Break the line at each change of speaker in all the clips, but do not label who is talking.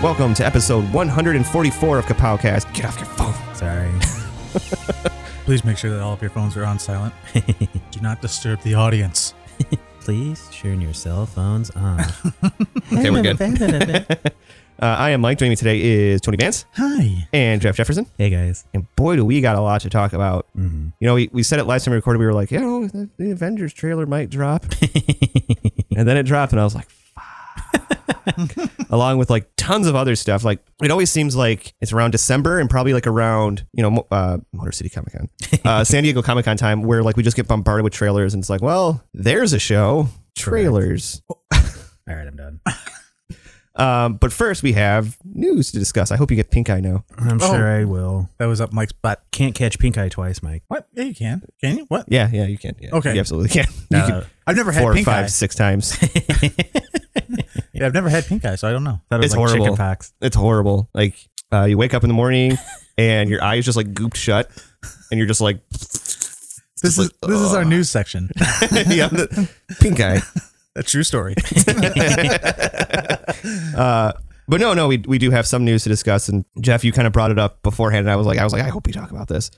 Welcome to episode 144 of Kapowcast. Get off your phone.
Sorry.
Please make sure that all of your phones are on silent. Do not disturb the audience.
Please turn your cell phones on.
Okay, we're good. Uh, I am Mike. Joining me today is Tony Vance
Hi.
and Jeff Jefferson.
hey guys.
And boy, do we got a lot to talk about.
Mhm.
You know, we, we said it last time we recorded. We were like, you know, the, the Avengers trailer might drop. and then it dropped, and I was like, fuck. Along with like tons of other stuff. Like, it always seems like it's around December and probably like around, you know, Mo- uh, Motor City Comic Con, uh, San Diego Comic Con time where like we just get bombarded with trailers, and it's like, well, there's a show. Trailers.
All right, I'm done.
Um, but first, we have news to discuss. I hope you get pink eye now.
I'm sure I will.
Oh. That was up Mike's butt.
Can't catch pink eye twice, Mike.
What? Yeah, you can. Can you? What?
Yeah, yeah, you can. Yeah,
Okay.
you absolutely can.
No.
you can
I've never
four,
had pink
five,
eye.
six times.
Yeah, I've never had pink eye, so I don't know.
Thought it was
It's
like
horrible.
chicken pox.
It's horrible. Like uh, you wake up in the morning and your eye is just like gooped shut, and you're just like,
This is uh, this is our news section.
yeah, the pink eye.
A true story.
But no, no, we, we do have some news to discuss. And Jeff, you kind of brought it up beforehand, and I was like, I was like, I hope we talk about this.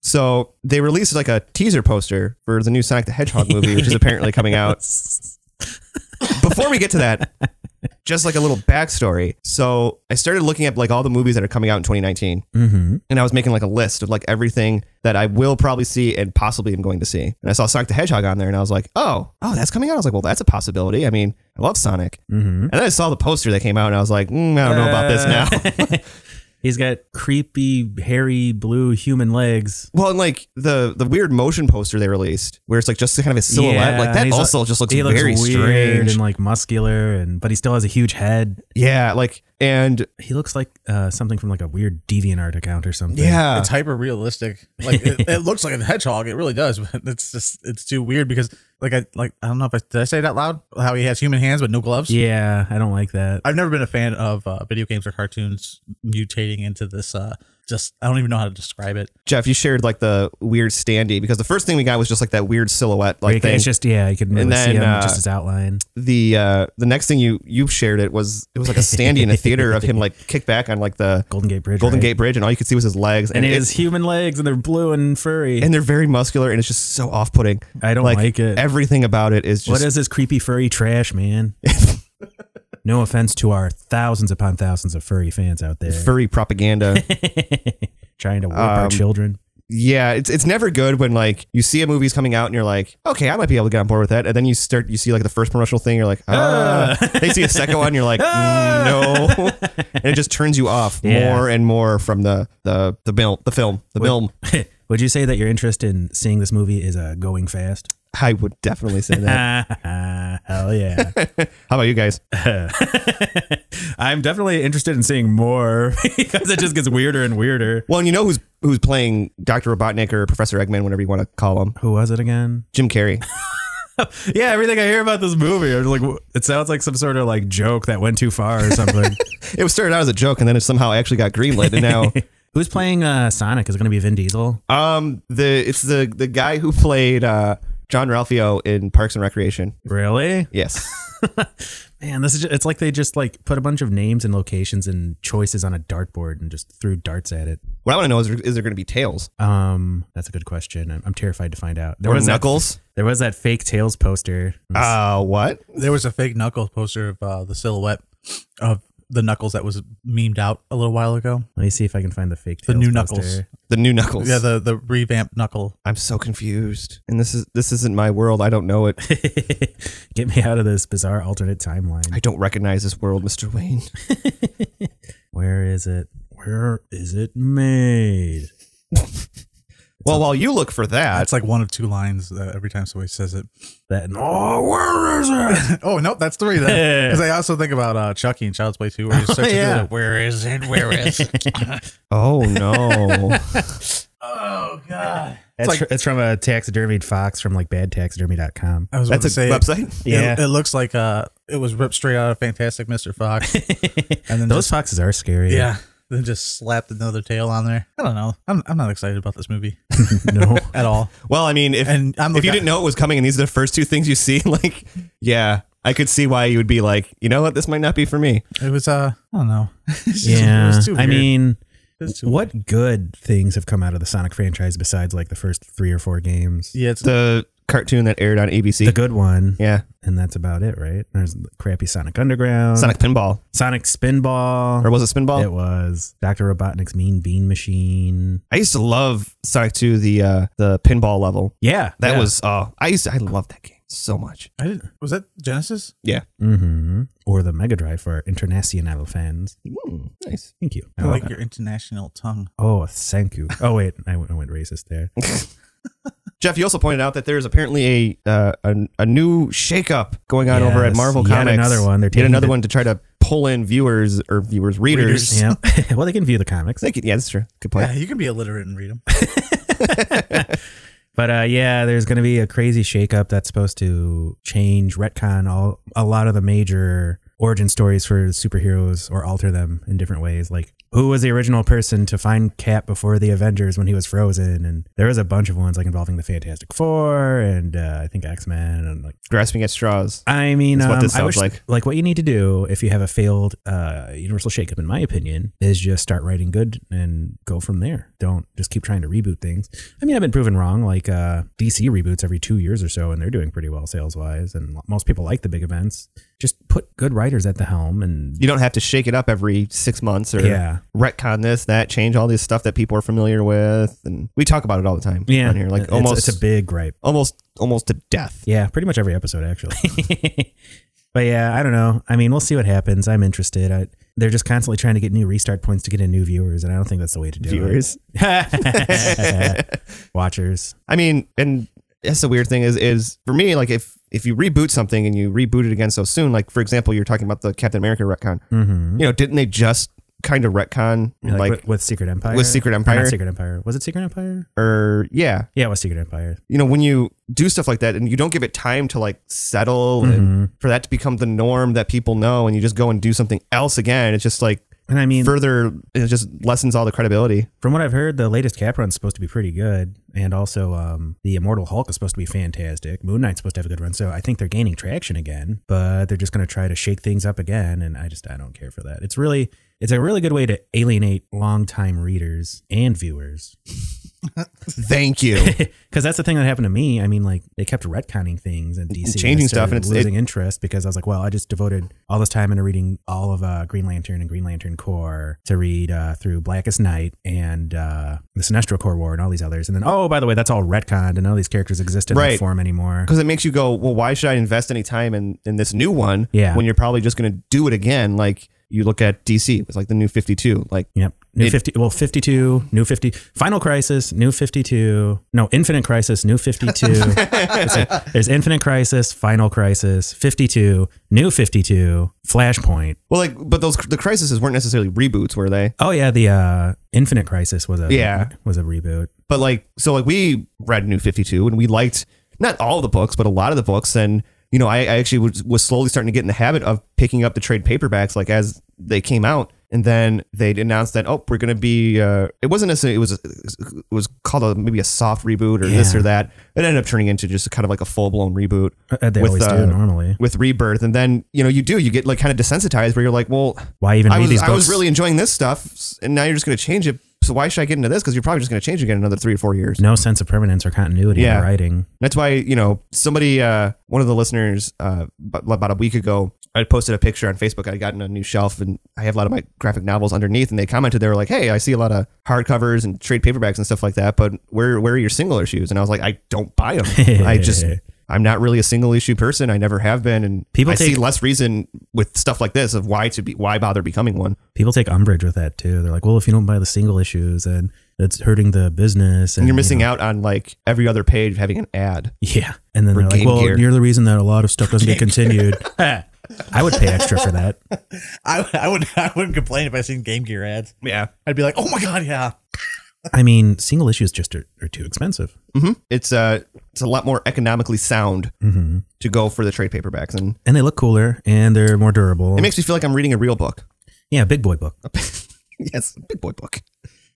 So they released like a teaser poster for the new Sonic the Hedgehog movie, which is apparently coming out. Before we get to that, just like a little backstory. So I started looking at like all the movies that are coming out in 2019,
Mm-hmm.
and I was making like a list of like everything that I will probably see and possibly am going to see. And I saw Sonic the Hedgehog on there, and I was like, oh, oh, that's coming out. I was like, well, that's a possibility. I mean, I love Sonic.
Mm-hmm.
And then I saw the poster that came out, and I was like, mm, I don't know about this now.
He's got creepy, hairy, blue human legs.
Well, and like the the weird motion poster they released, where it's like just kind of a silhouette,
Yeah,
like
and
that
he's
also
like-
just looks
he looks
very
weird
strange.
and like muscular, and but he still has a huge head.
yeah, like and
He looks like uh, something from like a weird DeviantArt account or something.
yeah,
it's hyper realistic. Like it, it looks like a hedgehog. It really does, but it's just it's too weird because like I like I don't know if I did I say it out loud how he has human hands but no gloves.
yeah. I don't like that.
I've never been a fan of uh, video games or cartoons mutating into this. Uh, just I don't even know how to describe it.
Jeff, you shared like the weird standee because the first thing we got was just like that weird silhouette like
Like
thing.
it's just yeah, you can really
And
see
then,
him
uh,
just his outline.
the uh the next thing you you shared it was it was like a standee in a theater of him like kicked back on like the
Golden Gate Bridge.
Golden
right?
Gate Bridge and all you could see was his legs
and,
it-
his human legs, and they're blue and furry.
and they're very muscular and it's just so off putting.
I don't like it.
Everything about it is just
what is this creepy furry trash, man? no offense to our thousands upon thousands of furry fans out there
furry propaganda.
trying to warp our children.
yeah, it's it's never good when like you see a movie's coming out and you're like, okay, I might be able to get on board with that, and then you start you see like the first promotional thing, you're like, ah. they see a second one, you're like, mm, no, and it just turns you off
Ah. Yeah.
more and more from the the the film the film the film.
Would you say that your interest in seeing this movie is uh, going fast?
I would definitely say that.
Hell yeah.
How about you guys?
I'm definitely interested in seeing more because it just gets weirder and weirder.
Well, and you know who's who's playing Doctor Robotnik or Professor Eggman, whatever you want to call him,
Who was it again?
Jim Carrey.
Yeah, everything I hear about this movie, I'm like, wh- it sounds like some sort of like joke that went too far or something.
It was started out as a joke, and then it somehow actually got greenlit, and now
Who's playing uh, Sonic? Is it going to be Vin Diesel?
um the it's the the guy who played uh John Ralphio in Parks and Recreation.
Really?
Yes.
Man, this is just, it's like they just like put a bunch of names and locations and choices on a dartboard and just threw darts at it.
What I want to know is, is there going to be tails
Um, that's a good question. I'm, I'm terrified to find out. There
or
was
knuckles?
That, there was that fake Tails poster.
Uh, what?
There was a fake knuckles poster of uh, the silhouette of the knuckles that was memed out a little while ago.
Let me see if I can find the fake
The
Tails
new
poster.
Knuckles.
The new knuckles.
Yeah, the the revamped knuckle.
I'm so confused, and this is this isn't my world. I don't know it.
Get me out of this bizarre alternate timeline.
I don't recognize this world, Mister Wayne.
Where is it? Where is it made?
Well, while you look for that,
That's like one of two lines uh, every time somebody says it.
That oh, where is it?
oh no, that's three then. Because I also think about uh, Chucky and Child's Play Two, where you searching
yeah.
yeah. where is it? Where is? it?
oh no,
oh god.
It's,
like-
fr- it's from a taxidermied fox from like badtaxidermy.com.
I was
that's
about
a
to say
website.
It,
Yeah.
it looks like uh, it was ripped straight out of Fantastic Mr. Fox, and then
Those
just,
foxes are scary.
yeah, then just slapped another tail on there. I don't know. I'm I'm not excited about this movie
no.
at all.
Well, I mean, if
And I'm
if you
looking-
didn't know it was coming, and these are the first two things you see, like, yeah, I could see why you would be like, you know what, this might not be for me.
It was uh, I don't know. It's just- it
yeah.
was too
I
weird.
mean,
It was too
what good things have come out of the Sonic franchise besides like the first three or four games?
yeah, it's
The cartoon that aired on ABC.
The good one,
yeah,
and that's about it, right? There's the crappy Sonic Underground,
Sonic Pinball,
Sonic Spinball.
or was it Spinball?
It was Dr. Robotnik's Mean Bean Machine.
I used to love Sonic 2, the uh, the pinball level.
Yeah,
That was oh, I used to, I loved that game so much.
I didn't, was that Genesis?
Yeah,
hmm Or the Mega Drive for international fans.
nice.
Thank you.
I like your international tongue.
oh, thank you. Oh wait, I went, I went racist there.
Jeff, you also pointed out that there is apparently a uh, a, a new shakeup going on over at
Yes,
Marvel
yet
Comics.
another one. They're
yet
taking
another
the-
one to try to pull in viewers or viewers readers.
Readers.
yeah. well, they can view the comics,
They could- yeah, that's true. Good point.
Yeah, you can be illiterate and read them.
but uh, yeah, there's going to be a crazy shakeup that's supposed to change retcon all a lot of the major origin stories for superheroes or alter them in different ways. Like who was the original person to find Cap before the Avengers when he was frozen, and there was a bunch of ones like involving the Fantastic Four and uh, I think X Men and like.
Grasping at straws.
I mean,
That's what
um,
this
I
sounds
wish,
like.
like. what you need to do if you have a failed uh, Universal shakeup, in my opinion, is just start writing good and go from there. Don't just keep trying to reboot things. I mean, I've been proven wrong. Like uh, DC reboots every two years or so, and they're doing pretty well sales wise, and most people like the big events. Just put good writers at the helm, and
You don't have to shake it up every six months or
Yeah.
retcon this, that, change all this stuff that people are familiar with, and we talk about it all the time.
yeah,
on here, like
it's,
almost,
it's a big gripe.
almost, almost to death.
Yeah, pretty much every episode actually. but yeah, I don't know. I mean, we'll see what happens. I'm interested. I, they're just constantly trying to get new restart points to get in new viewers, and I don't think that's the way to do
Viewers,
it. Watchers.
I mean, and that's the weird thing is, is for me, like if if you reboot something and you reboot it again so soon, like for example, you're talking about the Captain America retcon.
Mm-hmm.
You know, didn't they just kind of retcon
Like,
like,
with, with Secret Empire.
with Secret
Or
Empire
not Secret Empire. Was it Secret Empire?
or yeah,
Yeah, it was Secret Empire.
you know, when you do stuff like that and you don't give it time to like settle and for that to become the norm that people know and you just go and do something else again, it's just like
And I mean,
further, it just lessens all the credibility.
from what I've heard, the latest Cap run's supposed to be pretty good, and also um, the Immortal Hulk is supposed to be fantastic. Moon Knight's supposed to have a good run, so I think they're gaining traction again. But they're just going to try to shake things up again, and I just I don't care for that. It's really it's a really good way to alienate longtime readers and viewers
Thank you.
because that's the thing that happened to me. I mean, like they kept retconning things and DC
changing
I started
stuff, and it's-
losing interest because I was like, well, I just devoted all this time into reading all of uh, Green Lantern and Green Lantern Corps to read uh, through Blackest Night and uh, the Sinestro Corps War and all these others, and then oh, by the way, that's all retconned and none of these characters exist in
Right.
that form anymore.
Because it makes you go, well, why should I invest any time in, in this new one
Yeah.
when you're probably just going to do it again? Like you look at DC, it was like the new 52. Like,
Yep. New
It-
50, well, 52, new 50, Final Crisis, new 52, no, Infinite Crisis, new 52. It's like, there's Infinite Crisis, Final Crisis, 52, new 52, Flashpoint.
well, like, but those, the crises weren't necessarily reboots, were they?
Oh yeah, the uh, Infinite Crisis was a
Yeah.
was a reboot.
but like so like we read new 52 and we liked not all the books but a lot of the books and you know i, I actually was, was slowly starting to get in the habit of picking up the trade paperbacks like as they came out and then they announced that oh we're going to be uh, it wasn't necessarily it was it was called a, maybe a soft reboot or this
Yeah.
or that it ended up turning into just kind of like a full-blown reboot
Uh, They
With,
always
uh,
do normally.
with rebirth and then you know you do you get like kind of desensitized where you're like well
Why even
I
read
was,
these
I
books?
was really enjoying this stuff and now you're just going to change it so why should i get into this because you're probably just going to change again in another three or four years
no sense of permanence or continuity
Yeah.
in writing.
That's why, you know, somebody, uh, one of the listeners, uh, b- about a week ago, I posted a picture on Facebook. I'd gotten a new shelf and I have a lot of my graphic novels underneath. And they commented, they were like, Hey, I see a lot of hardcovers and trade paperbacks and stuff like that, but where, where are your single issues? And I was like, I don't buy them. I just, I'm not really a single issue person. I never have been. And
People
I see
take-
less reason with stuff like this of why to be, why bother becoming one.
People take umbrage with that too. They're like, well, if you don't buy the single issues, then that's hurting the business,
And
you
you're
know,
missing out on like every other page having an ad.
Yeah, and then
For
they're like,
Game
well,
Gear.
you're the reason that a lot of stuff doesn't get continued. I would pay extra for that.
I, I would I wouldn't complain if I seen Game Gear ads.
Yeah.
I'd be like, oh my god, yeah.
I mean, single issues just are, are too expensive.
It's, uh, it's a lot more economically sound
hmm
to go for the trade paperbacks and
And they look cooler and they're more durable.
It makes me feel like I'm reading a real book.
yeah, big boy book.
yes, big boy book.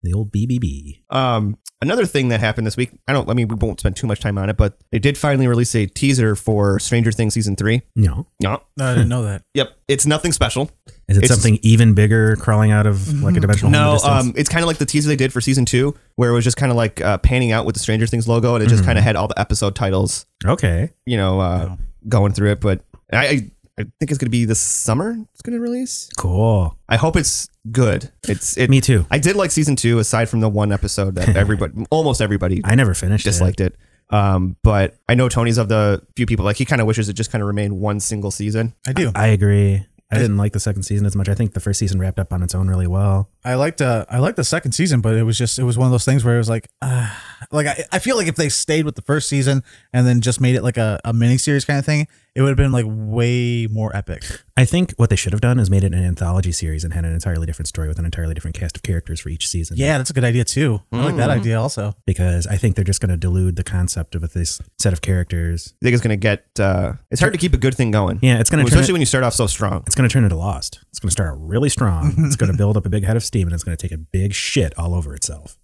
The old BBB.
Um, another thing that happened this week, I don't, I mean, we won't spend too much time on it, but they did finally release a teaser for Stranger Things season three.
No.
No,
No, I didn't know that.
yep, it's nothing special.
Is it
It's-
something even bigger crawling out of like a dimensional hole in
No,
the distance?
um, it's kind of like the teaser they did for season two, where it was just kind of like uh, panning out with the Stranger Things logo, and it
Mm-hmm.
just kind of had all the episode titles,
okay.
you know, uh, going through it. But I, I I think it's going to be this summer. It's going to release.
Cool.
I hope it's good. It's it.
Me too.
I did like season two, aside from the one episode that everybody, almost everybody,
I never finished it.
disliked it. Um, but I know Tony's of the few people like he kind of wishes it just kind of remained one single season.
I do.
I agree. I didn't like the second season as much. I think the first season wrapped up on its own really well.
I liked uh, I liked the second season, but it was just it was one of those things where it was like, uh, like I, I feel like if they stayed with the first season and then just made it like a, a mini series kind of thing, it would have been like way more epic.
I think what they should have done is made it an anthology series and had an entirely different story with an entirely different cast of characters for each season.
Yeah, that's a good idea too. I like that idea also.
Because I think they're just going to delude the concept of this set of characters.
I think it's going to get. Uh, it's hard to keep a good thing going.
Yeah, it's going to turn
especially
it,
when you start off so strong.
it's going to turn into Lost. It's going to start really strong. it's going to build up a big head of steam and it's going to take a big shit all over itself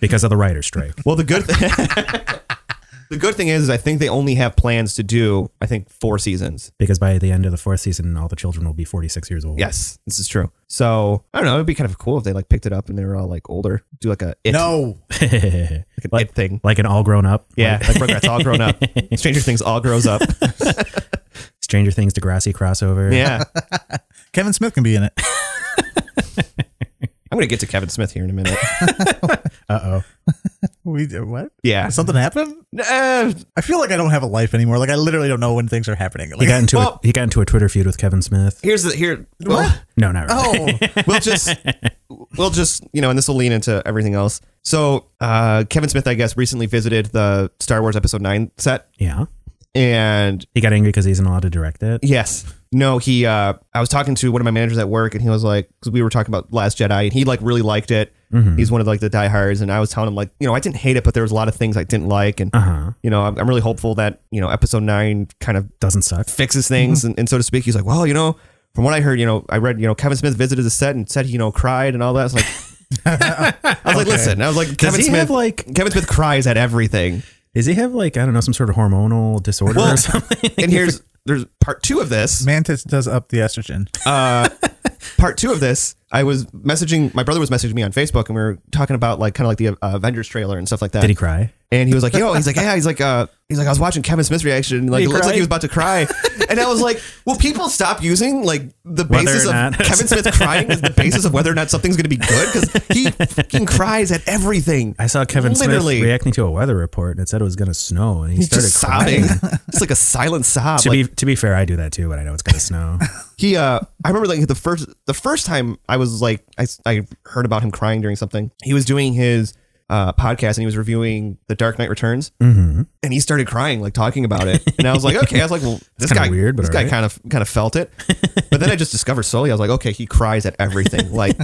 because of the writer's strike.
Well, the good thing. The good thing is, is I think they only have plans to do, I think, four seasons.
Because by the end of the fourth season, all the children will be 46 years old.
Yes, this is true. So I don't know. It'd be kind of cool if they like picked it up and they were all like older, do like a it,
No,
like an it thing.
like an all grown up.
Yeah, like Rugrats all grown up. Stranger Things all grows up.
Stranger Things Degrassi crossover.
Yeah,
Kevin Smith can be in it.
I'm gonna get to Kevin Smith here in a minute.
Uh oh.
we did what?
Yeah.
something happened.
Uh,
I feel like I don't have a life anymore. Like I literally don't know when things are happening.
He
Like, oh,
got into
Well-
a, he got into a Twitter feud with Kevin Smith.
here's the here. Well,
No, not really.
oh,
we'll just we'll just you know, and this will lean into everything else. So uh, Kevin Smith, I guess, recently visited the Star Wars Episode Nine set,
Yeah.
and
He got angry because he isn't allowed to direct it.
yes, no, he. Uh, I was talking to one of my managers at work, and he was like, because we were talking about Last Jedi, and he like really liked it.
Mm-hmm.
He's one of like the diehards, and I was telling him like, you know, I didn't hate it, but there was a lot of things I didn't like, and
Uh huh.
you know, I'm, I'm really hopeful that you know, Episode Nine kind of
Doesn't suck.
fixes
Mm-hmm.
things and, and so to speak he's like well you know from what i heard you know i read you know kevin smith visited the set and said he, you know cried and all that it's like i was like listen i was like
Does
kevin
he
smith
have like?
kevin smith cries at everything
Does he have like? I don't know, some sort of hormonal disorder
Well-
or something.
and here's there's part two of this
Mantis does up the estrogen.
part two of this i was messaging my brother was messaging me on facebook and we were talking about like kind of like the uh, avengers trailer and stuff like that
Did he cry?
And he was like, "Yo," he's like, "Yeah," he's like, "Uh," he's like, "I was watching Kevin Smith's reaction, and like,
He
it looks like
cried?
he was about to cry." And I was like, "Will people stop using like the
Whether
basis
or
of
not-
Kevin Smith crying as the basis of whether or not something's going to be good? Because he fucking cries at everything."
I saw Kevin
Literally.
Smith reacting to a weather report and it said it was going to snow and he started
Just
crying.
sobbing, just like a silent sob.
To
Like,
be to be fair, I do that too when I know it's going to snow.
he, uh, I remember like the first the first time I was like, I, I heard about him crying during something. He was doing his uh, podcast and he was reviewing The Dark Knight Returns,
hmm
and he started crying, like talking about it. And I was like, okay, I was like, well, this
kinda
guy
weird, but
this guy
alright.
kind of kind of felt it. But then I just discovered slowly, I was like, okay, he cries at everything. Like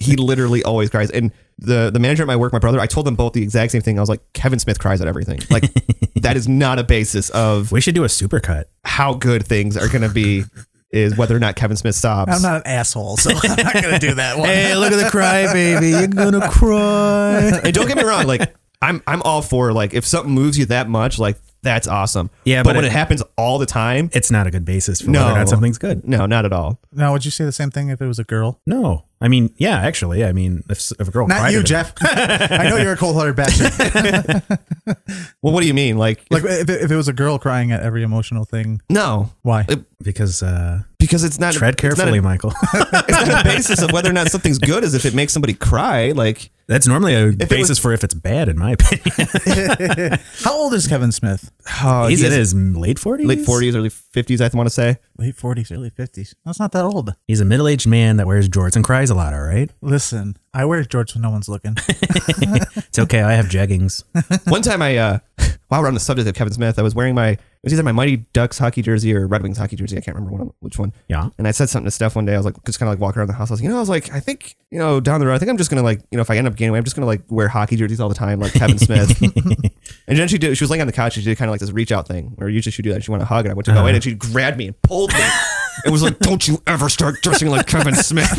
he literally always cries. And the the manager at my work, my brother, I told them both the exact same thing. I was like, Kevin Smith cries at everything. Like that is not a basis of
We should do a supercut.
how good things are going to be. Is whether or not Kevin Smith sobs.
I'm not an asshole, so I'm not gonna do that one.
Hey, look at the cry, baby. You're gonna cry.
and don't get me wrong, like I'm I'm all for like if something moves you that much, like that's awesome.
Yeah,
but,
but
when
it-
it happens all the time,
It's not a good basis for
no,
whether or not something's good.
No, not at all.
Now, would you say the same thing if it was a girl?
No, I mean, yeah, actually, I mean, if, if a girl
Not
cried
you,
at it-
Jeff. I know you're a cold-hearted bastard.
Well, what do you mean? Like,
Like if it, if it was a girl crying at every emotional thing,
no,
why?
because uh,
because it's not
tread
it's not a-
carefully, Michael.
it's not a basis of whether or not something's good is if it makes somebody cry. Like
That's normally a basis
was-
for if it's bad, in my opinion.
How old is Kevin Smith?
oh,
He's
he
in
is
his late forties.
late forties, early fifties. I want to say.
Late forties, early fifties. That's not that old.
He's a middle-aged man that wears jorts and cries a lot. All right,
Listen, I wear jorts when no one's looking.
it's okay. I have jeggings.
One time, I uh, while we're on the subject of Kevin Smith, I was wearing my it was either my Mighty Ducks hockey jersey or Red Wings hockey jersey. I can't remember one, which one.
Yeah.
And I said something to Steph one day. I was like, just kind of like walking around the house. I was like, you know, I was like, I think you know, down the road, I think I'm just gonna like, you know, if I end up gaining weight, I'm just gonna like wear hockey jerseys all the time, like Kevin Smith. and then she did. She was laying on the couch. She did kind of like this reach out thing, where usually she do that. She wanted to hug, and I went to
Uh-huh.
go in, and she grabbed me and pulled me. It was like, don't you ever start dressing like Kevin Smith.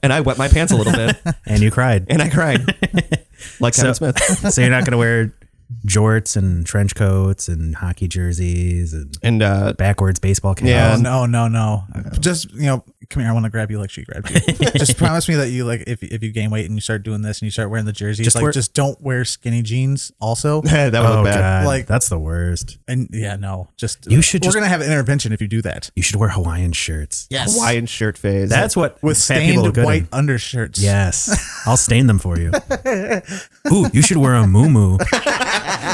and I wet my pants a little bit
and you cried.
and I cried like Kevin
So-
Smith.
so you're not going to wear jorts and trench coats and hockey jerseys and
And uh,
backwards baseball caps.
Yeah.
Oh no, no, no! Just you know, come here. I want to grab you like she grabbed you. just promise me that you like if if you gain weight and you start doing this and you start wearing the jerseys,
Just
like
wear-
just don't wear skinny jeans. Also,
that would
Oh
look bad.
god,
Like-
that's the worst.
and yeah, no, just
You should
We're
just-
gonna have an intervention if you do that.
You should wear Hawaiian shirts.
Yes,
Hawaiian shirt phase.
That's what
with
fat people look
stained
good
white
in.
undershirts.
Yes, I'll stain them for you. Ooh, you should wear a muumuu.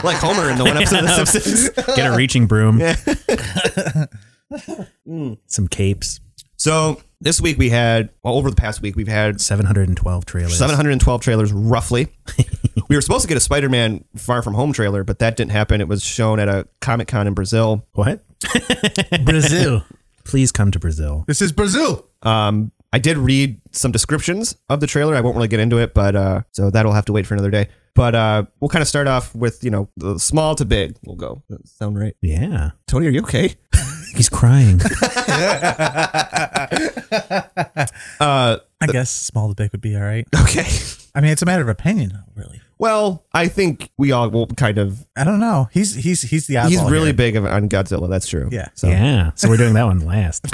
like Homer in the one episode of The Simpsons.
Get a reaching broom.
Mm.
Some capes.
So this week we had, well, over the past week, we've had
Seven hundred and twelve trailers.
712 trailers roughly. we were supposed to get a Spider Man Far From Home trailer, but that didn't happen. It was shown at a Comic Con in Brazil.
What?
Brazil.
Please come to Brazil.
This is Brazil.
Um, I did read some descriptions of the trailer. I won't really get into it, but uh, so that'll have to wait for another day. But uh, we'll kind of start off with, you know, the small to big. We'll go. Does that sound right?
Yeah,
Tony, are you okay?
he's crying.
I guess small to big would be all right.
Okay.
I mean, it's a matter of opinion, really.
Well, I think we all will kind of.
I don't know. He's he's he's the oddball
He's really
here.
big of, on Godzilla. That's true.
Yeah.
So
Yeah, so we're doing that one last.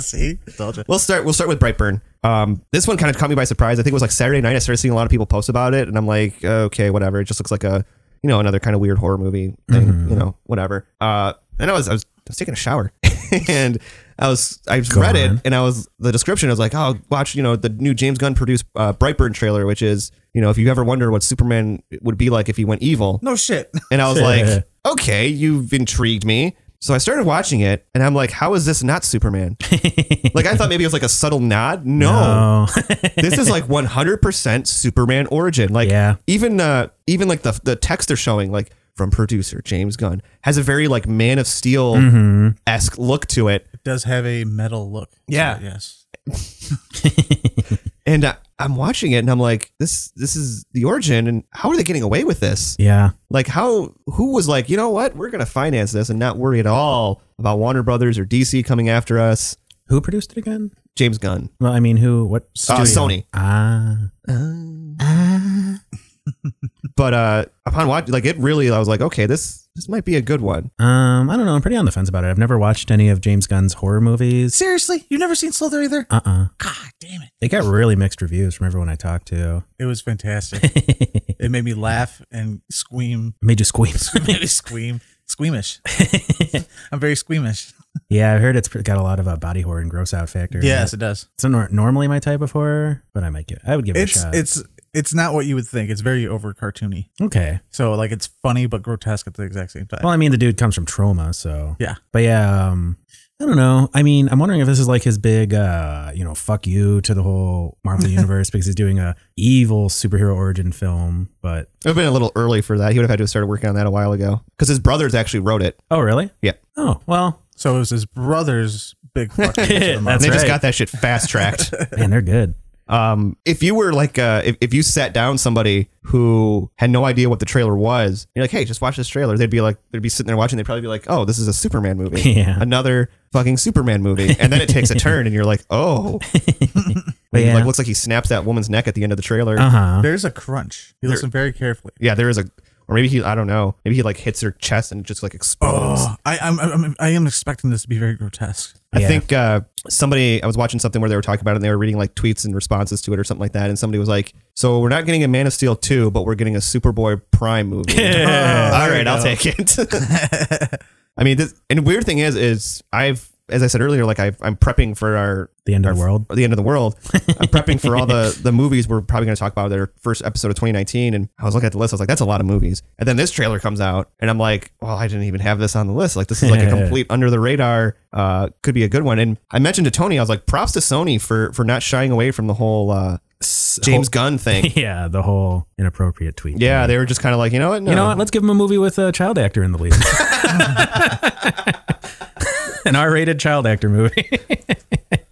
See, told you.
We'll start. We'll start with Brightburn. Um, this one kind of caught me by surprise. I think it was like Saturday night. I started seeing a lot of people post about it, and I'm like, okay, whatever. It just looks like a, you know, another kind of weird horror movie thing. You know, whatever. Uh, and I was, I was, I was taking a shower, and I was, I just read it,
on.
and I was the description. I was like, oh, watch, you know, the new James Gunn produced uh, Brightburn trailer, which is, you know, if you ever wonder what Superman would be like if he went evil,
No shit.
and I was like, okay, you've intrigued me. So I started watching it, and I'm like, how is this not Superman? like I thought maybe it was like a subtle nod. No,
Oh,
this is like 100% Superman origin. Like
Yeah.
even uh, even like the the text they're showing like from producer James Gunn has a very like Man of Steel esque look to it,
Does have a metal look.
Yeah.
Yes.
and uh, I'm watching it, and I'm like, this this is the origin, and how are they getting away with this?
yeah.
Like how who was like, you know what? We're going to finance this and not worry at all about Warner Brothers or DC coming after us.
Who produced it again?
James Gunn.
Well, I mean, who? What?
Uh,
studio?
Sony.
Ah,
But uh upon watching like it really I was like, okay, this this might be a good one.
um, I don't know. I'm pretty on the fence about it. I've never watched any of James Gunn's horror movies.
Seriously, you've never seen Slither either?
Uh uh
God damn it!
They got really mixed reviews from everyone I talked to.
It was fantastic. it made me laugh and squeam.
Made you squeal.
Maybe squeam. Squeamish. I'm very squeamish.
yeah, I heard it's got a lot of uh, body horror and gross out factor.
Yes, it does.
It's not normally my type of horror, but I might give I would give it a
It's
shot.
it's it's not what you would think. It's very over cartoony.
okay.
So like it's funny but grotesque at the exact same time.
Well, I mean, the dude comes from trauma, so
Yeah.
But yeah, um, I don't know. I mean, I'm wondering if this is like his big, uh, you know, fuck you to the whole Marvel universe because he's doing a evil superhero origin film.
It
But
would have been a little early for that. He would have had to have started working on that a while ago. Because his brothers actually wrote it.
oh, really?
Yeah.
Oh well,
So it was his brother's big fucking to the
And
Marvel.
they just
right.
got that shit fast tracked.
man, they're good.
um if you were like uh if, if you sat down somebody who had no idea what the trailer was, you're like, hey, just watch this trailer. They'd be like they'd be sitting there watching, they'd probably be like, Oh, this is a Superman movie.
Yeah.
Another fucking Superman movie. And then it takes a turn and you're like, Oh,
But yeah,
Like looks like he snaps that woman's neck at the end of the trailer.
uh huh.
There's a crunch. You listen very carefully.
Yeah, there is a, or maybe he, I don't know, maybe he like hits her chest and it just like explodes.
Oh, I, I'm, I'm I am expecting this to be very grotesque.
I
Yeah.
think uh, somebody, I was watching something where they were talking about it and they were reading like tweets and responses to it or something like that. And somebody was like, So we're not getting a Man of Steel 2, but we're getting a Superboy Prime movie. All right, I'll take it. I mean, this, and weird thing is, is I've, as I said earlier, like I've, I'm prepping for our
The end of the world.
or the end of the world. I'm prepping for all the the movies we're probably going to talk about their first episode of 2019, and I was looking at the list. I was like, that's a lot of movies. And then this trailer comes out, and I'm like, well, I didn't even have this on the list. Like this is like a complete under the radar. Uh, could be a good one. And I mentioned to Tony, I was like, props to Sony for for not shying away from the whole uh, James Gunn thing.
Yeah, the whole inappropriate tweet.
Yeah, they were just kind of like, you know what? No.
You know what? Let's give him a movie with a child actor in the lead. An R-rated child actor movie.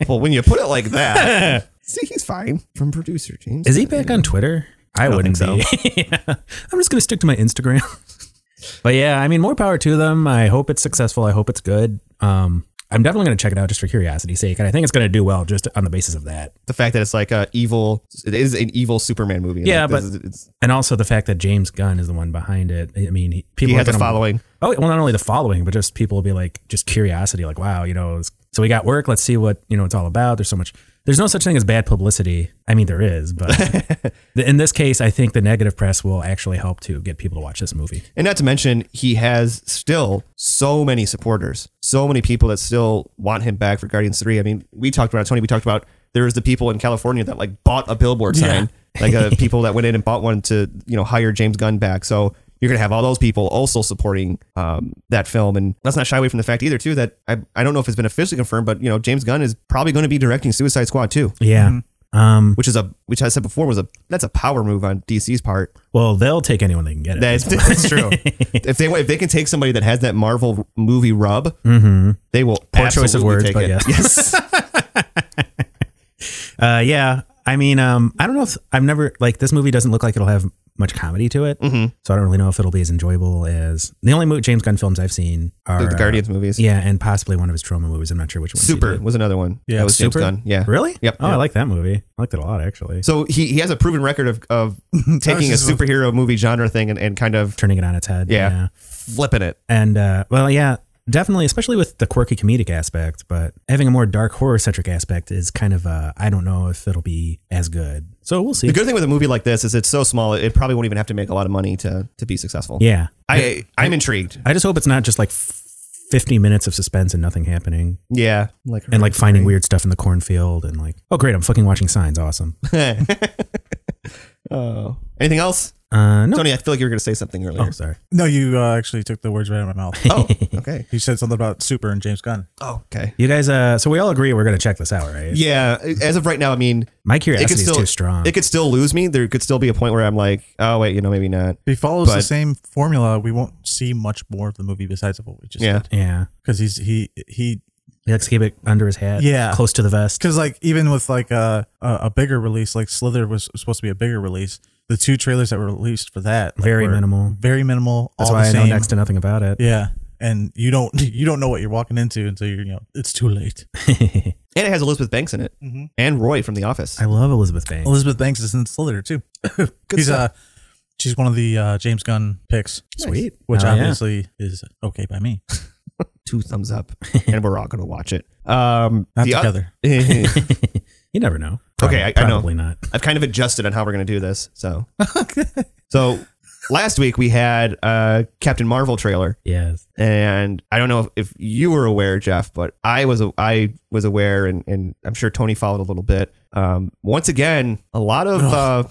Well, when you put it like that, see, he's fine from producer James.
Is he back on Twitter? I, wouldn't
think
be. Yeah. I'm just gonna stick to my Instagram. but yeah, I mean, more power to them. I hope it's successful. I hope it's good. Um, I'm definitely going to check it out just for curiosity's sake, and I think it's going to do well just on the basis of that.
The fact that it's like a evil, it is an evil Superman movie.
Yeah,
Like,
but-
this is- it's,
And also the fact that James Gunn is the one behind it. I mean, he,
he
people are
has a
gonna-
following.
Oh, well, not only the following, but just people will be like, just curiosity, like, wow, you know. it's- So we got work. Let's see what you know. It's all about. There's so much. There's no such thing as bad publicity. I mean, there is, but the- in this case, I think the negative press will actually help to get people to watch this movie.
And not to mention, he has still so many supporters, so many people that still want him back for Guardians 3. I mean, we talked about, Tony, we talked about there was the people in California that like bought a billboard sign, like uh, people that went in and bought one to, you know, hire James Gunn back. So you're going to have all those people also supporting um, that film. And let's not shy away from the fact either, too, that I, I don't know if it's been officially confirmed, but, you know, James Gunn is probably going to be directing Suicide Squad, too,
Yeah. Um.
which is a, which I said before was a, that's a power move on DC's part.
Well, they'll take anyone they can get. It.
That's, that's true. if they if they can take somebody that has that Marvel movie rub, they will
Mm-hmm. Poor
absolutely
choice of words,
take
but
it.
yeah.
yes.
Uh, yeah. I mean, um, I don't know if I've never like this movie doesn't look like it'll have much comedy to it,
Mm-hmm.
so I don't really know if it'll be as enjoyable as the only mo- James Gunn films I've seen are
the, the
uh,
Guardians movies.
yeah, and possibly one of his trauma movies. I'm not sure which one. he
Super
did.
was another one. Yeah, that was James
Super?
Gunn. Yeah,
Really?
Yep.
Oh,
Yeah.
I like that movie. I liked it a lot actually.
So he, he has a proven record of, of taking a
just-
superhero movie genre thing and, and kind of
Turning it on its head.
Yeah. flipping it.
And uh, well, yeah, definitely, especially with the quirky comedic aspect, but having a more dark horror centric aspect is kind of uh, I don't know if it'll be as good. So we'll see.
The good thing with a movie like this is it's so small it probably won't even have to make a lot of money to to be successful.
yeah.
I I'm intrigued.
I just hope it's not just like f- 50 minutes of suspense and nothing happening
Yeah, like
and like finding weird stuff in the cornfield and like, oh, great, I'm fucking watching signs. Awesome.
oh. anything else,
Uh, no.
Tony? I feel like you were going to say something earlier.
Oh, sorry.
No, you uh, actually took the words right out of my mouth.
Oh, okay.
You said something about Super and James Gunn.
Oh, okay.
You guys, uh, so we all agree we're going to check this out, right?
Yeah, as of right now, I mean,
My
it could
curiosity
still
is too strong.
It could still lose me. There could still be a point where I'm like, oh wait, you know, maybe not.
If he follows the
But-
same formula, we won't see much more of the movie besides of what we just
Yeah,
yeah.
Because he's he he
He likes to keep it under his hat.
Yeah.
Close to the vest.
because like even with like a, a a bigger release, like Slither was supposed to be a bigger release. The two trailers that were released for that like,
Very
were
minimal.
very minimal.
That's
all
why
the
I know
same.
next to nothing about it.
Yeah, and you don't you don't know what you're walking into until you're you know it's too late.
and it has Elizabeth Banks in it and Roy from The Office.
I love Elizabeth Banks.
Elizabeth Banks is in Slither too. He's uh, she's one of the uh, James Gunn picks,
Sweet.
which
Oh, yeah.
obviously is okay by me.
Two thumbs up, and we're all gonna watch it. Um,
Not
the o-
together.
You never know.
Okay, I- I know.
Probably not.
I've kind of adjusted on how we're gonna do this. So, so last week we had a Captain Marvel trailer,
Yes.
and I don't know if, if you were aware, Jeff, but I was I was aware, and and I'm sure Tony followed a little bit. Um, once again, a lot of. Uh,